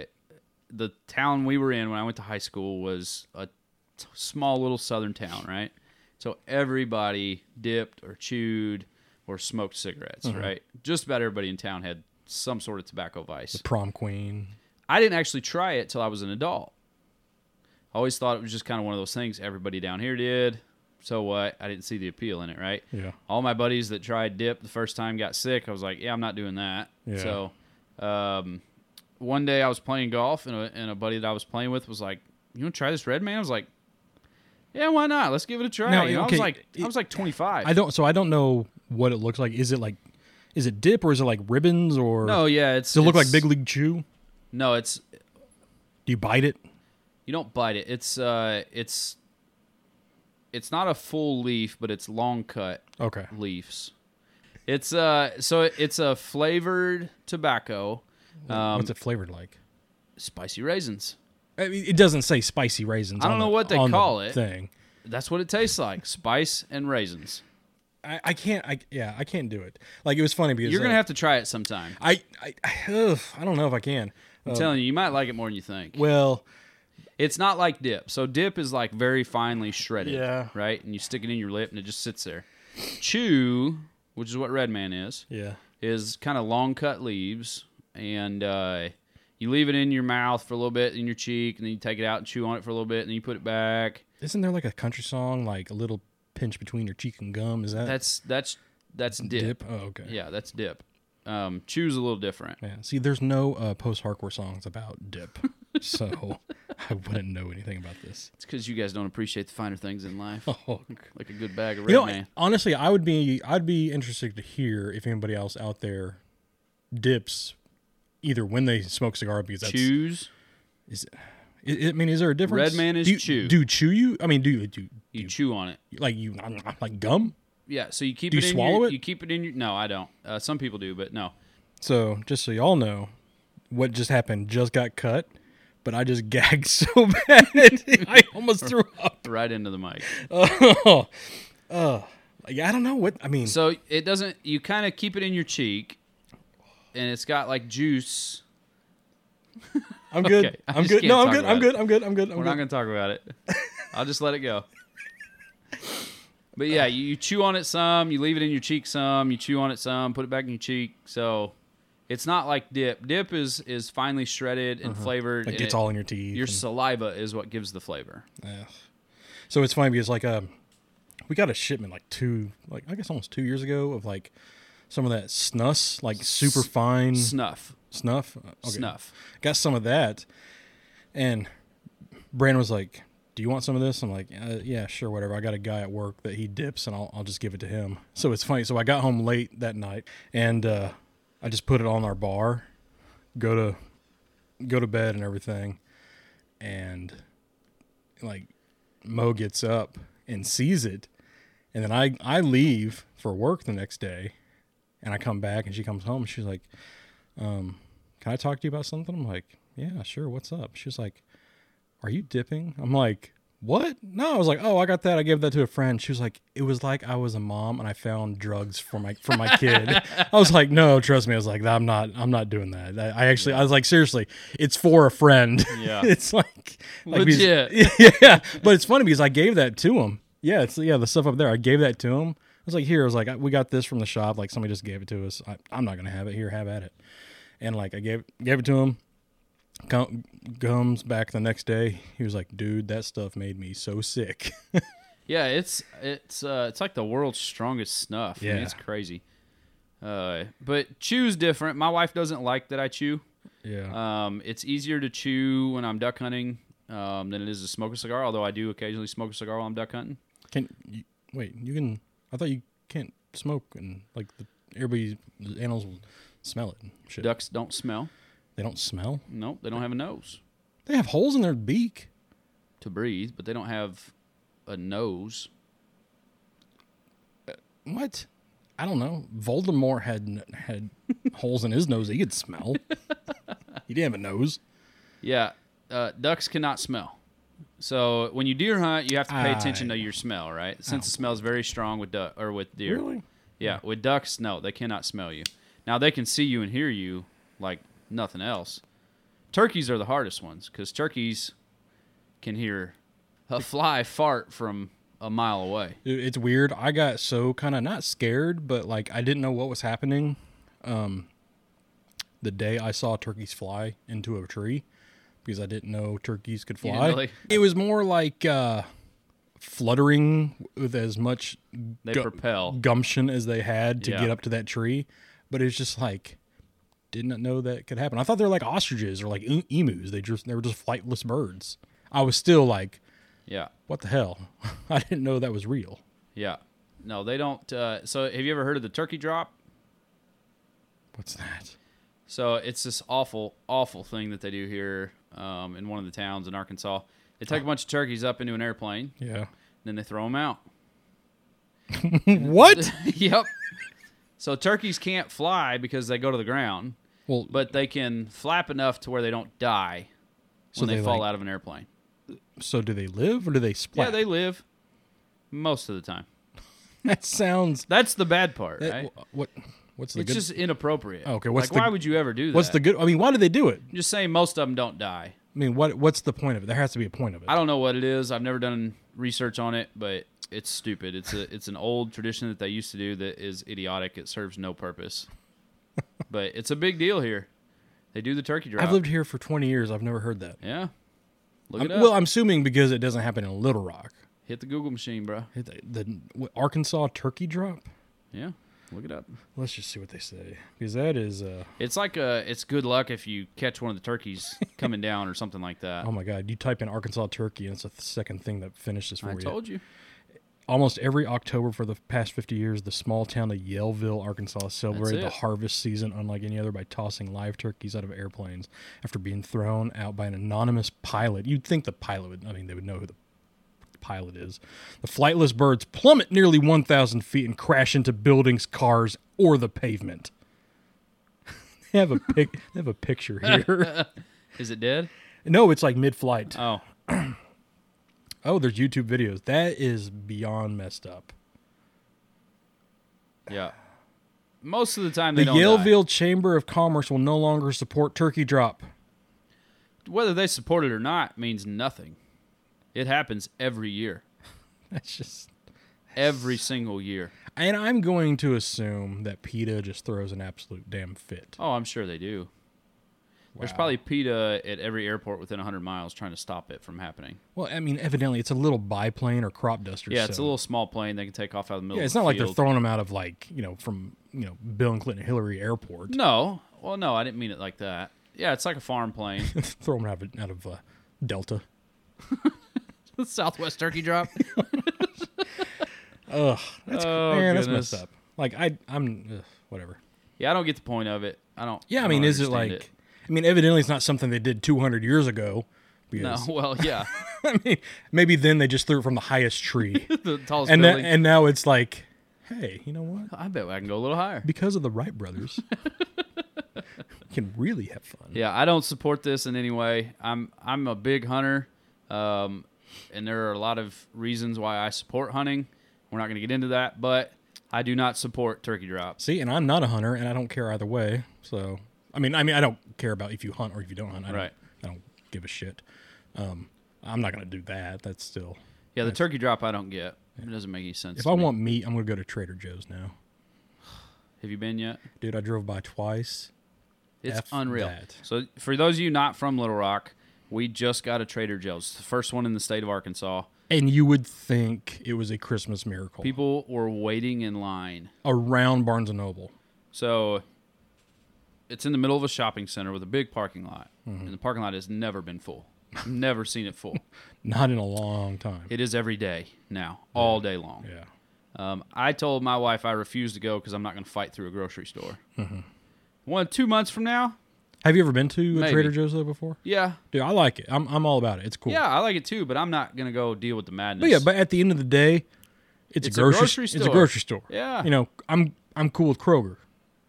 the town we were in when I went to high school was a t- small little southern town, right? So everybody dipped or chewed or smoked cigarettes, right? Just about everybody in town had some sort of tobacco vice. Prom queen. I didn't actually try it till I was an adult. I always thought it was just kind of one of those things everybody down here did. So what? I didn't see the appeal in it, right? Yeah. All my buddies that tried dip the first time got sick. I was like, yeah, I'm not doing that. Yeah. So um, one day I was playing golf, and a, and a buddy that I was playing with was like, you want to try this red man? I was like, yeah, why not? Let's give it a try. Now, You know, I okay, was like, I it- was like 25. I don't. So I don't know what it looks like. Is it like, is it dip or is it like ribbons or? no, yeah, it's. Does it look like it's- Big League Chew? No, it's Do you bite it? You don't bite it. It's uh, it's it's not a full leaf, but it's long cut Okay. leaves. It's uh, so it's a flavored tobacco, um, What's it flavored like? spicy raisins. I mean, it doesn't say spicy raisins. I don't on know the- what they on the call it. Thing. That's what it tastes like: spice and raisins. I, I can't. I yeah. I can't do it. Like it was funny because You're gonna uh, have to try it sometime. I I ugh, I don't know if I can. I'm telling you, you might like it more than you think. Oh. Well, It's not like dip. So dip is like very finely shredded, Yeah. right? And you stick it in your lip, and it just sits there. Chew, which is what Red Man is, yeah. is kind of long cut leaves, and uh, you leave it in your mouth for a little bit in your cheek, and then you take it out and chew on it for a little bit, and then you put it back. Isn't there like a country song like a little pinch between your cheek and gum? Is that That's that's that's dip. dip? Oh, okay. Yeah, that's dip. Um, chew's a little different. Yeah. See, there's no uh, post hardcore songs about dip, so I wouldn't know anything about this. It's because you guys don't appreciate the finer things in life, Oh, like a good bag of red you know, man. honestly, I would be I'd be interested to hear if anybody else out there dips either when they smoke cigar because that's Chews. I- I mean, is there a difference? Red man is do you, chew. Do you chew you? I mean, do you do, You chew on it. you- like you like gum? Yeah, so you keep Do it you in swallow your, it? You keep it in your. No, I don't. Uh, some people do, but no. So just so y'all know, what just happened just got cut, but I just gagged so bad I almost threw up. Right into the mic. Oh, oh. yeah, I don't know what I mean. So it doesn't. You kind of keep it in your cheek, and it's got like juice. I'm good. okay, I I'm just good. can't No, I'm talk good. about I'm it. good. I'm good. I'm good. I'm We're good. not going to talk about it. I'll just let it go. But yeah, you, you chew on it some, you leave it in your cheek some, you chew on it some, put it back in your cheek. So it's not like dip. Dip is is finely shredded and flavored. Uh-huh. like and it's it- all in your teeth. your and- saliva is what gives the flavor. Ugh. So it's funny because like um, we got a shipment like two, like I guess almost two years ago of like some of that snus, like super fine Snuff, snuff. Uh, Mm-hmm. okay. snuff. Got some of that, and Brandon was like, "Do you want some of this?" I'm like, uh, "Yeah, sure, whatever." I got a guy at work that he dips, and I'll I'll just give it to him. So it's funny. So I got home late that night, and uh, I just put it on our bar, go to go to bed and everything, and like Mo gets up and sees it, and then I I leave for work the next day, and I come back and she comes home. And she's like, um, "Can I talk to you about something?" I'm like, "Yeah, sure. What's up?" She's like, "Are you dipping?" I'm like, what? No, I was like, oh, I got that. I gave that to a friend. She was like, it was like I was a mom and I found drugs for my for my kid. I was like, no, trust me. I was like, I'm not, I'm not doing that. I, I actually, I was like, seriously, it's for a friend. Yeah. it's like, like these- Legit. yeah, but it's funny because I gave that to him. Yeah, it's yeah the stuff up there. I gave that to him. I was like, here. I was like, I- we got this from the shop. Like somebody just gave it to us. I, I'm not gonna have it. Here, have at it. And like I gave gave it to him com- comes back the next day. He was like, "Dude, that stuff made me so sick." Yeah, it's it's uh, it's like the world's strongest snuff. I mean, Yeah. it's crazy. Uh, but chew's different. My wife doesn't like that I chew. yeah. Um, it's easier to chew when I'm duck hunting um, than it is to smoke a cigar. Although I do occasionally smoke a cigar while I'm duck hunting. Can you, wait? You can. I thought you can't smoke and like the, everybody, the animals will smell it. and Shit. Ducks don't smell. They don't smell. Nope, they don't have a nose They have holes in their beak. to breathe, but they don't have a nose. What? I don't know. Voldemort had n- had holes in his nose. that He could smell. he didn't have a nose. Yeah, uh, ducks cannot smell. So when you deer hunt, you have to pay Ah, attention to your smell, right? The sense of smell is very strong with duck or with deer. Really? Yeah, with ducks, no, they cannot smell you. Now they can see you and hear you like nothing else. Turkeys are the hardest ones because turkeys can hear a fly fart from a mile away. Dude, it's weird. I got so kind of not scared, but like I didn't know what was happening. Um, the day I saw turkeys fly into a tree, because I didn't know turkeys could didn't fly. really- It was more like uh, fluttering with as much They gu- propel. gumption as they had to Yeah. get up to that tree, but it's just like did not know that could happen. I thought they were like ostriches or like e- emus. They just they were just flightless birds. I was still like, Yeah, what the hell? I didn't know that was real. yeah. No, they don't. Uh, so have you ever heard of the turkey drop? What's that? So it's this awful, awful thing that they do here um, in one of the towns in Arkansas. They take a bunch of turkeys up into an airplane, Yeah. and then they throw them out. What? yep. So turkeys can't fly because they go to the ground, well, but but they can flap enough to where they don't die So when they, they, fall like- out of an airplane. so do they live or do they splat? Yeah, they live most of the time. that sounds. That's the bad part, that- right? What? What's the It's good? just inappropriate. Okay, what's like, the- why would you ever do that? what's the good? I mean, why do they do it? I'm just saying most of them don't die. I mean, what? What's the point of it? There has to be a point of it. I don't know what it is. I've never done research on it, but it's stupid. It's a it's an old tradition that they used to do that is idiotic. It serves no purpose. but it's a big deal here. They do the turkey drop. I've lived here for 20 years. I've never heard that. yeah. Look I'm- it up. well, I'm assuming because it doesn't happen in Little Rock. Hit the Google machine, bro. Hit The, the what, Arkansas turkey drop. Yeah. Look it up. Let's just see what they say because that is. Uh, It's like uh it's good luck if you catch one of the turkeys coming down or something like that. oh my God! You type in Arkansas turkey, and it's the second thing that finishes for I you. told you. Almost every October for the past 50 years, the small town of Yellville, Arkansas, celebrated the it. harvest season unlike any other by tossing live turkeys out of airplanes after being thrown out by an anonymous pilot. You'd think the pilot would, I mean, they would know who the pilot is. The flightless birds plummet nearly 1,000 feet and crash into buildings, cars, or the pavement. they, have a pic- they have a picture here. Is it dead? no, it's like mid flight. Oh. Oh, there's YouTube videos. That is beyond messed up. Yeah. Most of the time they The don't die. Yaleville Chamber of Commerce will no longer support turkey drop. whether they support it or not means nothing. It happens every year, That's just. every single year. And I'm going to assume that PETA just throws an absolute damn fit. Oh, I'm sure they do. There's Wow. probably PETA at every airport within 100 miles trying to stop it from happening. Well, I mean, evidently it's a little biplane or crop duster. Yeah, it's so- a little small plane they can take off out of the middle. Yeah, it's of not the like they're field. throwing them out of like you know from you know Bill and Clinton Hillary Airport. No, well, no, I didn't mean it like that. Yeah, it's like a farm plane. Throw them out of out of uh, Delta. Southwest Turkey Drop. Ugh, that's Oh, man, goodness. that's messed up. Like I, I'm ugh, whatever. Yeah, I don't get the point of it. I don't. Yeah, I, don't mean, is it understand like? I mean, evidently it's not something they did 200 years ago. No, Because, well, yeah, I mean, maybe then they just threw it from the highest tree. the tallest and that, building. and now it's like, hey, you know what? I bet I can go a little higher. Because of the Wright brothers, we can really have fun. Yeah, I don't support this in any way. I'm I'm a big hunter. Um, and there are a lot of reasons why I support hunting. We're not going to get into that, but I do not support turkey drops. See, and I'm not a hunter, and I don't care either way. So, I mean, I mean, I don't care about if you hunt or if you don't hunt. I Right. Don't, I don't give a shit. Um, I'm not gonna do that. That's still. Yeah, the turkey drop I don't get. It doesn't make any sense. If to I me. want meat, I'm gonna go to Trader Joe's now, have you been yet? dude. I drove by twice. It's F unreal. that. So for those of you not from Little Rock, we just got a Trader Joe's, It's the first one in the state of Arkansas. And you would think it was a Christmas miracle People were waiting in line. around Barnes and Noble. So it's in the middle of a shopping center with a big parking lot, Mm-hmm. and the parking lot has never been full. I've never seen it full. Not in a long time. It is every day now, all day long. yeah. Um, I told my wife I refuse to go because I'm not going to fight through a grocery store. Mm-hmm. One two months from now, Have you ever been to a Maybe. Trader Joe's though before? yeah, Dude, I like it. I'm I'm all about it. It's cool. yeah, I like it too, but I'm not going to go deal with the madness. But yeah, but at the end of the day, it's, It's a, a grocery, grocery It's a store. grocery store. Yeah. You know, I'm I'm cool with Kroger,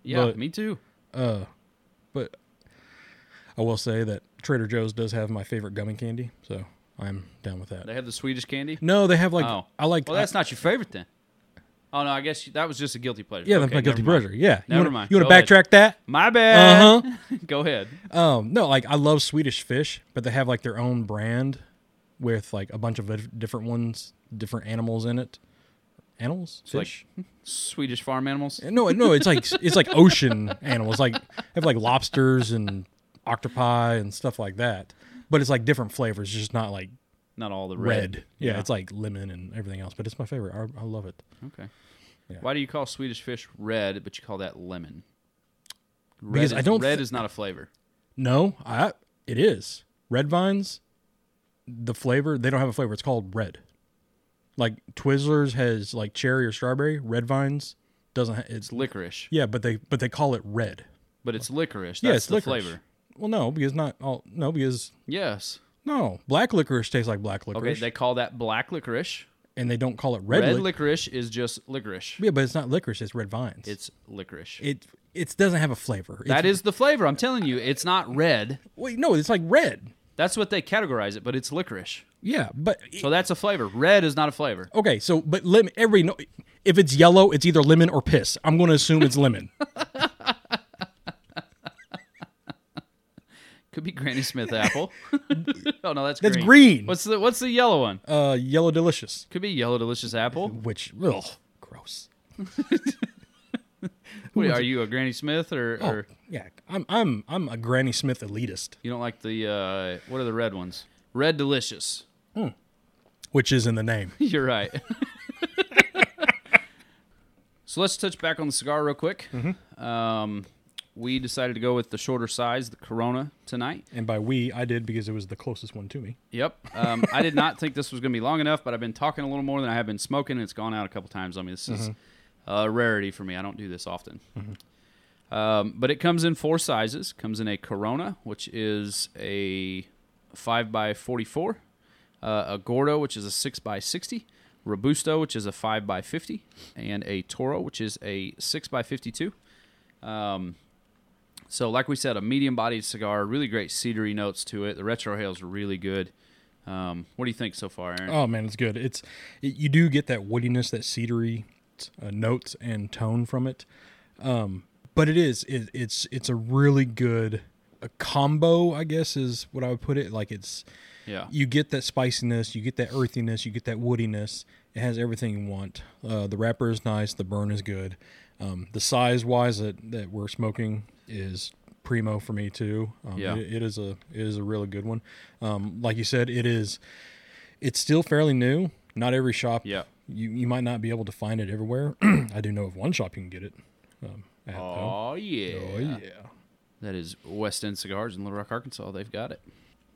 yeah, but- me too. but I will say that Trader Joe's does have my favorite gummy candy, so I'm down with that. They have the Swedish candy. No, they have like Oh. I like. Well, that's not your favorite then. Oh no, I guess you, that was just a guilty pleasure. yeah, that's Okay, my guilty never mind. pleasure. Yeah. Never you wanna, mind. You Go want to ahead. backtrack that? My bad. Uh-huh. Go ahead. Um, no, like I love Swedish fish, but they have like their own brand with like a bunch of dif- different ones, different animals in it. Animals, like- fish. Swedish farm animals. No, no, it's like it's like ocean animals, like have like lobsters and octopi and stuff like that. But it's like different flavors, just not like Not all the red. red. Yeah, it's like lemon and everything else. But it's my favorite. I, I love it. Okay. Yeah. Why do you call Swedish fish red, but you call that lemon? Red Because is, I don't red thi- is not a flavor. No, I it is red vines. The flavor they don't have a flavor. It's called red. Like Twizzlers has like cherry or strawberry. Red vines doesn't. Ha- it's It's licorice, yeah, but they but they call it red. but it's licorice. That's yeah, it's the licorice. flavor. Well, no, because not all. No, because Yes. no. Black licorice tastes like black Okay. licorice. They call that black licorice. and they don't call it red, Red, lic- licorice is just licorice. yeah, but it's not licorice. It's red vines. It's licorice. it it doesn't have a flavor. It's, that is the flavor. I'm telling you, it's not red. wait no, it's like red. That's what they categorize it, but it's licorice. Yeah, but So that's a flavor. Red is not a flavor. okay. So but lemon. Every no, if it's yellow, it's either lemon or piss. I'm going to assume it's lemon. Could be Granny Smith apple. oh no, that's That's green. green. What's the what's the yellow one? Uh, yellow delicious, Could be yellow delicious apple. which ugh, gross. Wait, are you a Granny Smith or, or Yeah, I'm I'm I'm a Granny Smith elitist, you don't like the uh, what are the red ones? Red delicious. which is in the name. You're right. so let's touch back on the cigar real quick. Um, we decided to go with the shorter size, the Corona tonight. And by we, I did because it was the closest one to me. Yep. Um, I did not think this was going to be long enough, but I've been talking a little more than I have been smoking, and it's gone out a couple times on me. This is a rarity for me. I don't do this often. Mm-hmm. Um, but it comes in four sizes. Comes in a Corona, which is a five by forty-four, uh, a Gordo, which is a six by sixty, Robusto, which is a five by fifty, and a Toro, which is a six by fifty-two. Um, So, like we said, a medium bodied cigar, really great cedary notes to it. The retrohales are really good. Um, what do you think so far, Aaron? Oh man, it's good. It's it, you do get that woodiness, that cedary uh, notes and tone from it. Um, but it is it, it's it's a really good a combo, I guess is what I would put it. Like it's yeah. you get that spiciness, you get that earthiness, you get that woodiness. It has everything you want. Uh, the wrapper is nice. The burn is good. Um, the size wise that, that we're smoking is primo for me too. Um, Yeah. it- it is a it is a really good one. Um, like you said, it is. It's still fairly new. Not every shop. Yeah. You you might not be able to find it everywhere. I do know of one shop you can get it. Um, at, though. Oh, yeah. Oh, yeah. That is West End Cigars in Little Rock, Arkansas. They've got it.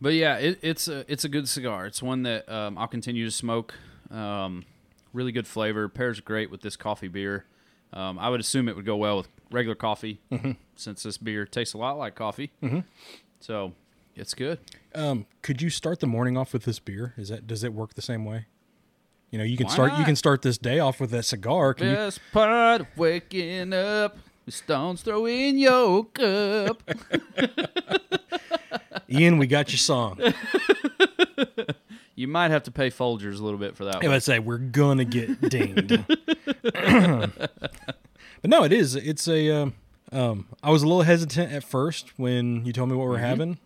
But yeah, it, it's a it's a good cigar. It's one that um, I'll continue to smoke. Um, really good flavor. Pairs great with this coffee beer. Um, I would assume it would go well with regular coffee, Mm-hmm. since this beer tastes a lot like coffee. So it's good. Um, could you start the morning off with this beer? Is that does it work the same way? You know, you can Why start you not? can start this day off with that cigar. Can you, Best part of waking up. The stones throw in your cup. Ian, we got your song. You might have to pay Folgers a little bit for that. If one. I say we're gonna get dinged. but no, it is. It's a. Um, um, I was a little hesitant at first when you told me what Mm-hmm. we're having.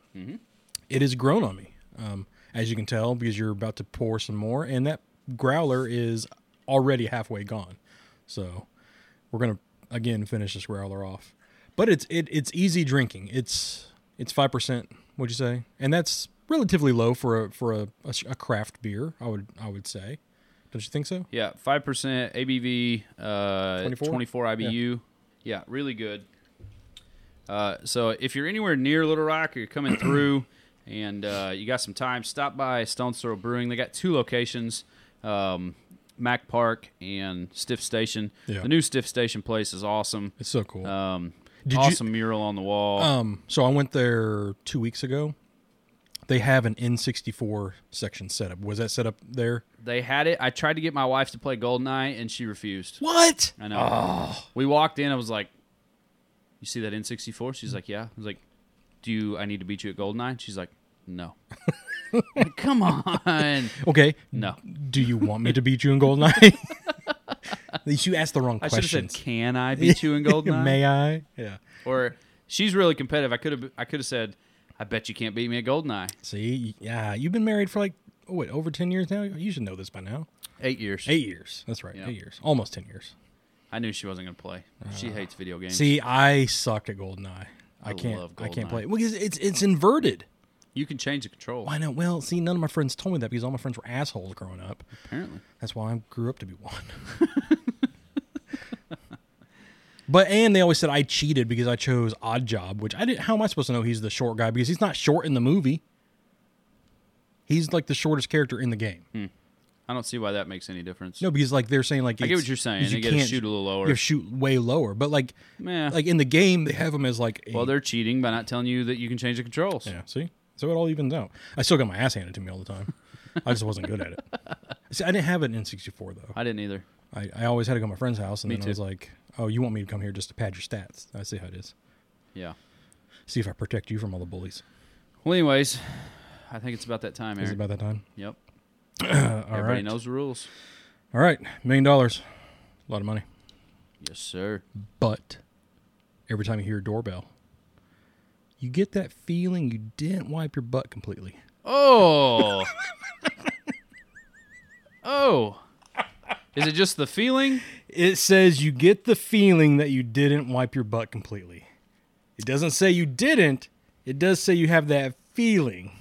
It has grown on me, um, as you can tell, because you're about to pour some more, and that growler is already halfway gone. So we're gonna again finish this growler off. But it's it, it's easy drinking. It's it's five percent. What'd you say? And that's relatively low for a for a, a, a craft beer. I would I would say. Don't you think so? Yeah, five percent ABV, uh, 24? 24? IBU. Yeah. really good. Uh, so if you're anywhere near Little Rock or you're coming through and uh, you got some time, stop by Stone's Throw Brewing. They got two locations, um, Mac Park and Stiff Station. Yeah. The new Stiff Station place is awesome. It's so cool. Um, Did you- awesome mural on the wall. Um, so I went there two weeks ago. They have an N64 section set up. Was that set up there? they had it. I tried to get my wife to play Goldeneye and she refused. What? I know. We walked in. I was like, "You see that N64?" She's like, "Yeah." I was like, "Do you? I need to beat you at Goldeneye." She's like, "No." Like, Come on. Okay. No. Do you want me to beat you in Goldeneye? At least you asked the wrong I should have said, questions. "Can I beat you in Goldeneye?" May I? Yeah. Or she's really competitive. I could have. I could have said, "I bet you can't beat me at Goldeneye." See, yeah, you've been married for like oh, what over ten years now. You should know this by now. Eight years. Eight years. That's right. Yeah. Eight years. Almost ten years. I knew she wasn't going to play. she hates video games. Uh, See, I sucked at Goldeneye. I I can't. love I can't Goldeneye. play it because it's it's inverted. you can change the control. I know. Well, see, none of my friends told me that because all my friends were assholes growing up. Apparently, That's why I grew up to be one. but and they always said I cheated because I chose Odd Job, which I didn't. How am I supposed to know he's the short guy because he's not short in the movie? He's like the shortest character in the game. I don't see why that makes any difference. No, because like they're saying like I get what you're saying. You gotta shoot a little lower. You shoot way lower, but like Meh. like in the game they have him as like a, Well, they're cheating by not telling you that you can change the controls. Yeah, see? So it all evens out. I still got my ass handed to me all the time. I just wasn't good at it. See, I didn't have an N64 though. I didn't either. I, I always had to go to my friend's house, and then I too. was like, "Oh, you want me to come here just to pad your stats? I see how it is. Yeah. See if I protect you from all the bullies." Well, anyways, I think it's about that time, Is Aaron. it about that time? yep. Uh, all Everybody right, knows the rules. all right, million dollars, a lot of money. Yes, sir. But every time you hear a doorbell, you get that feeling you didn't wipe your butt completely. Oh. oh. Is it just the feeling? It says you get the feeling that you didn't wipe your butt completely. It doesn't say you didn't. It does say you have that feeling.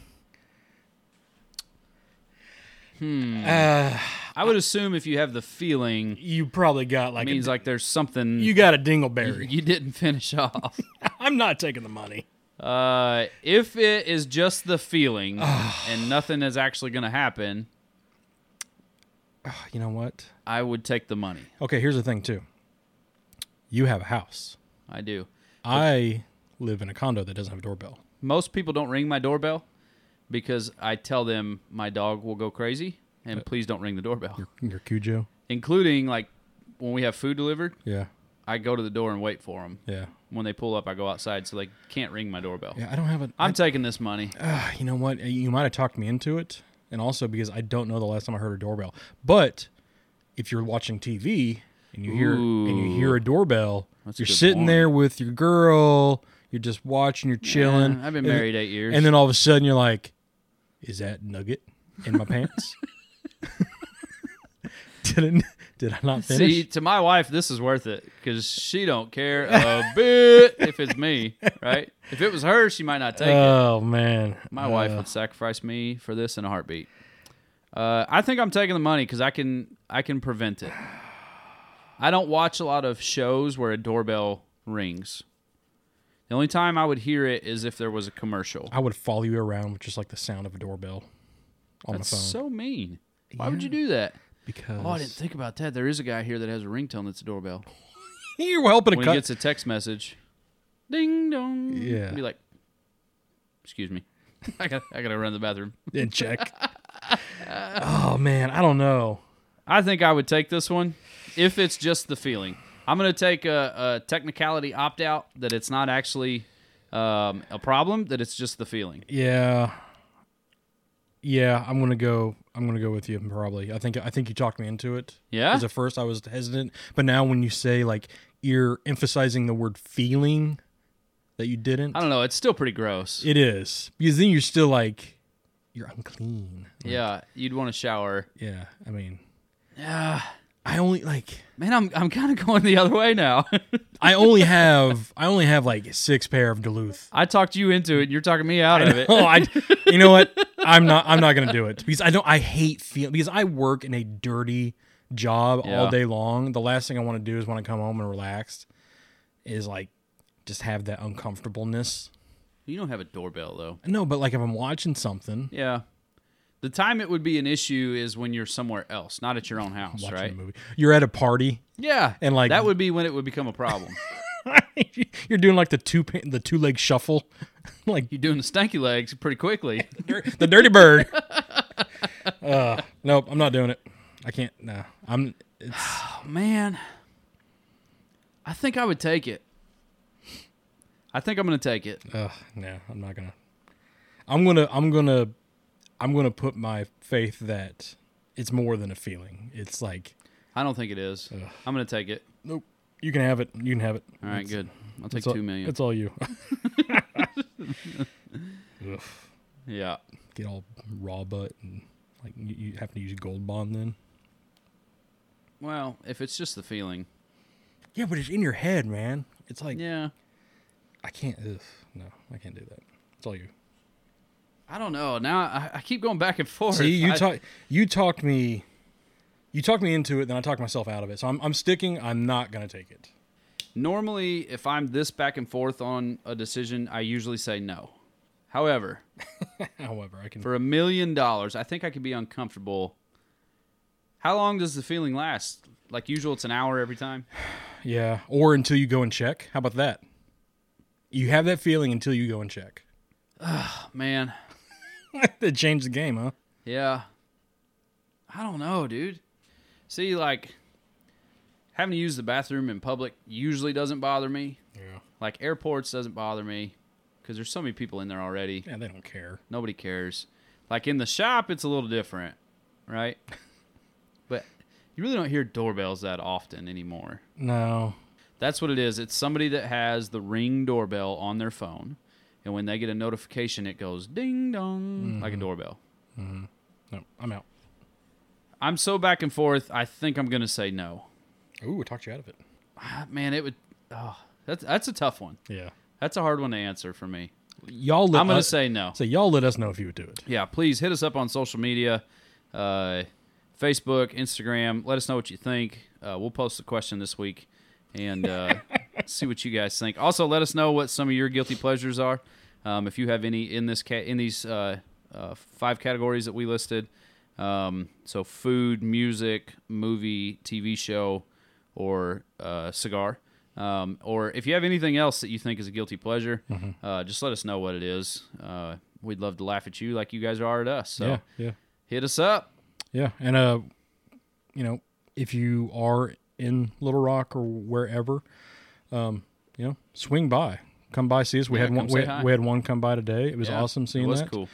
I would assume if you have the feeling, You probably got like it a- means like there's something you got a dingleberry. you didn't finish off. I'm not taking the money. Uh, if it is just the feeling and nothing is actually going to happen, You know what? I would take the money. Okay, here's the thing too. You have a house. I do. I live in a condo that doesn't have a doorbell. Most people don't ring my doorbell because I tell them my dog will go crazy Uh, and please don't ring the doorbell. Your Cujo. Including like when we have food delivered, Yeah. I go to the door and wait for them. Yeah. When they pull up, I go outside so they can't ring my doorbell. Yeah, I don't have a I'm taking this money. Ah, you know what? You might have talked me into it, and also because I don't know the last time I heard a doorbell. But if you're watching TV and you hear and you hear a doorbell, That's a you're good sitting point. there with your girl. You're just watching. You're chilling. Yeah, I've been and- married eight years. And then all of a sudden, you're like, "Is that nugget in my pants? did it, Did I not finish? See, to my wife, this is worth it because she don't care a bit if it's me, right? If it was her, she might not take it. oh man, Uh, My wife would sacrifice me for this in a heartbeat. Uh, I think I'm taking the money because I can I can prevent it. I don't watch a lot of shows where a doorbell rings. The only time I would hear it is if there was a commercial. I would follow you around with just like the sound of a doorbell on That's my phone so mean. Why would you do that? because Oh, I didn't think about that. There is a guy here that has a ringtone that's a doorbell. you're helping to When cut. he gets a text message, ding dong. Yeah. Be like, excuse me. I got I gotta run to the bathroom. in check. oh man, I don't know. I think I would take this one if it's just the feeling. I'm going to take a, a technicality opt out that it's not actually um, a problem, that it's just the feeling. Yeah, Yeah, I'm gonna go. I'm gonna go with you probably. I think I think you talked me into it. Yeah? Because at first I was hesitant, but now when you say like you're emphasizing the word feeling that you didn't, I don't know. It's still pretty gross. it is because then you're still like you're unclean. Like, yeah, you'd want to shower. Yeah. I mean, Yeah, I only like man, I'm I'm kind of going the other way now. I only have I only have like six pair of Duluth. I talked you into it. and You're talking me out of it. Oh, I. You know what? I'm not. I'm not gonna do it because I don't. I hate feel because I work in a dirty job Yeah. all day long. The last thing I want to do is when I come home and relaxed, is like just have that uncomfortableness. You don't have a doorbell though. No, but like if I'm watching something, Yeah. The time it would be an issue is when you're somewhere else, not at your own house, watching right? a movie, you're at a party Yeah. and like that would be when it would become a problem. you're doing like the two pa- the two leg shuffle, like you're doing the stanky legs pretty quickly. dir- the dirty bird. uh, nope, I'm not doing it. I can't. No, I'm. It's, Oh, man. I think I would take it. I think I'm going to take it. Ugh, no, I'm not gonna. I'm gonna. I'm gonna. I'm gonna put my faith that it's more than a feeling. It's like, I don't think it is. I'm going to take it. nope, you can have it. You can have it. All right, It's- good. I'll take it's all- 2 million. It's all you. Ugh, Yeah. get all raw butt and like you, you have to use gold bond then. Well, if it's just the feeling. Yeah, but it's in your head, man. It's like Yeah. I can't. Ugh, no, I can't do that. It's all you. I don't know. Now I, I keep going back and forth. See, you I- talk, you talked me, you talked me into it, then I talked myself out of it. So I'm, I'm sticking. I'm not gonna take it. Normally, if I'm this back and forth on a decision, I usually say no. However, However, I can. for a million dollars, I think I could be uncomfortable. How long does the feeling last? Like usual, it's an hour every time. yeah, or until you go and check. How about that? You have that feeling until you go and check. Man, it changed the game, huh? yeah. I don't know, dude. See, like having to use the bathroom in public usually doesn't bother me. Yeah. Like airports doesn't bother me because there's so many people in there already. Yeah, they don't care. Nobody cares. Like in the shop, it's a little different, right? but you really don't hear doorbells that often anymore. No. That's what it is. It's somebody that has the ring doorbell on their phone, and when they get a notification, it goes ding dong like a doorbell. No, I'm out. I'm so back and forth. I think I'm gonna say no. Ooh, I talked you out of it. Ah, Man, it would. Oh, that's that's a tough one. Yeah. That's a hard one to answer for me. Y'all. Let I'm gonna us- say no. So uh, y'all let us know if you would do it. yeah, please hit us up on social media, uh, Facebook, Instagram. Let us know what you think. Uh, we'll post the question this week and uh, see what you guys think. Also, let us know what some of your guilty pleasures are. Um, if you have any in this ca- in these uh, uh, five categories that we listed, um, so food, music, movie, TV show, or uh, cigar. Um, or if you have anything else that you think is a guilty pleasure, uh, just let us know what it is. Uh, we'd love to laugh at you like you guys are at us. So Yeah. Yeah. hit us up. Yeah, and uh, you know, if you are in Little Rock or wherever, um, you know, swing by, come by, see us. We Yeah, had one, come say we, hi. we had one come by today. It was Yeah, awesome seeing it was that. cool.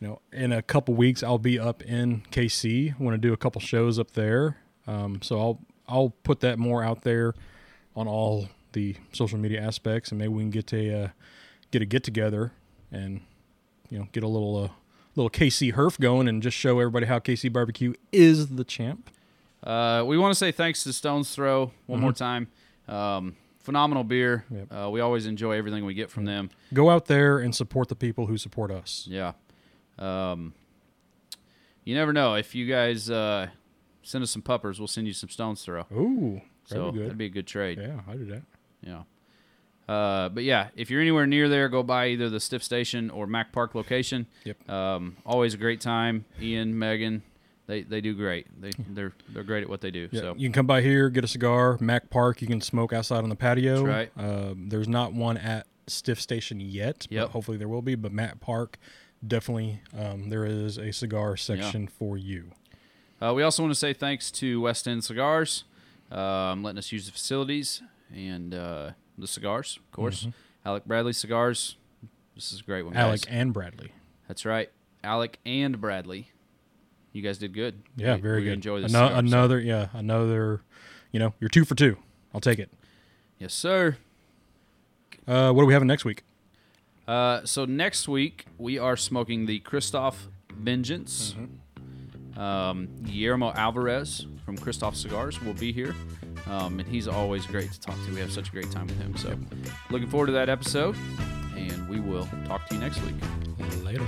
You know, in a couple weeks, I'll be up in KC. I want to do a couple shows up there. Um, so I'll I'll put that more out there on all the social media aspects, and maybe we can get a uh, get a get together and you know get a little uh, little KC herf going and just show everybody how KC barbecue is the champ. Uh, we want to say thanks to Stone's Throw one more time. Um, phenomenal beer. Mm-hmm. Yep. Uh, we always enjoy everything we get from them. Go out there and support the people who support us. Yeah. Um, you never know. If you guys uh, send us some puppers, we'll send you some Stone's Throw. Ooh, very So good. that'd be a good trade. yeah, I do that. Yeah. Uh, but yeah, if you're anywhere near there, go by either the Stiff Station or Mac Park location. Yep. Um, always a great time. Ian, Megan, they, they do great. They they're they're great at what they do. Yeah, So you can come by here, get a cigar. Mac Park, you can smoke outside on the patio. That's right. Um, there's not one at Stiff Station yet. but Yep. Hopefully there will be, but Mac Park definitely um, there is a cigar section for you. uh, we also want to say thanks to West End Cigars, um, letting us use the facilities and uh, the cigars, of course. Alec Bradley Cigars. This is a great one. Mm-hmm. Alec guys. and Bradley. That's right. Alec and Bradley. You guys did good. Yeah, We- very we good. Enjoy this. Ano- cigar, so- another, yeah, another. You know, you're two for two. I'll take it. Yes, sir. Uh, what are we having next week? Uh, so next week we are smoking the Christoph Vengeance. Um, Guillermo Alvarez from Christoph Cigars will be here, um, and he's always great to talk to. We have such a great time with him. So, looking forward to that episode, and we will talk to you next week. Later.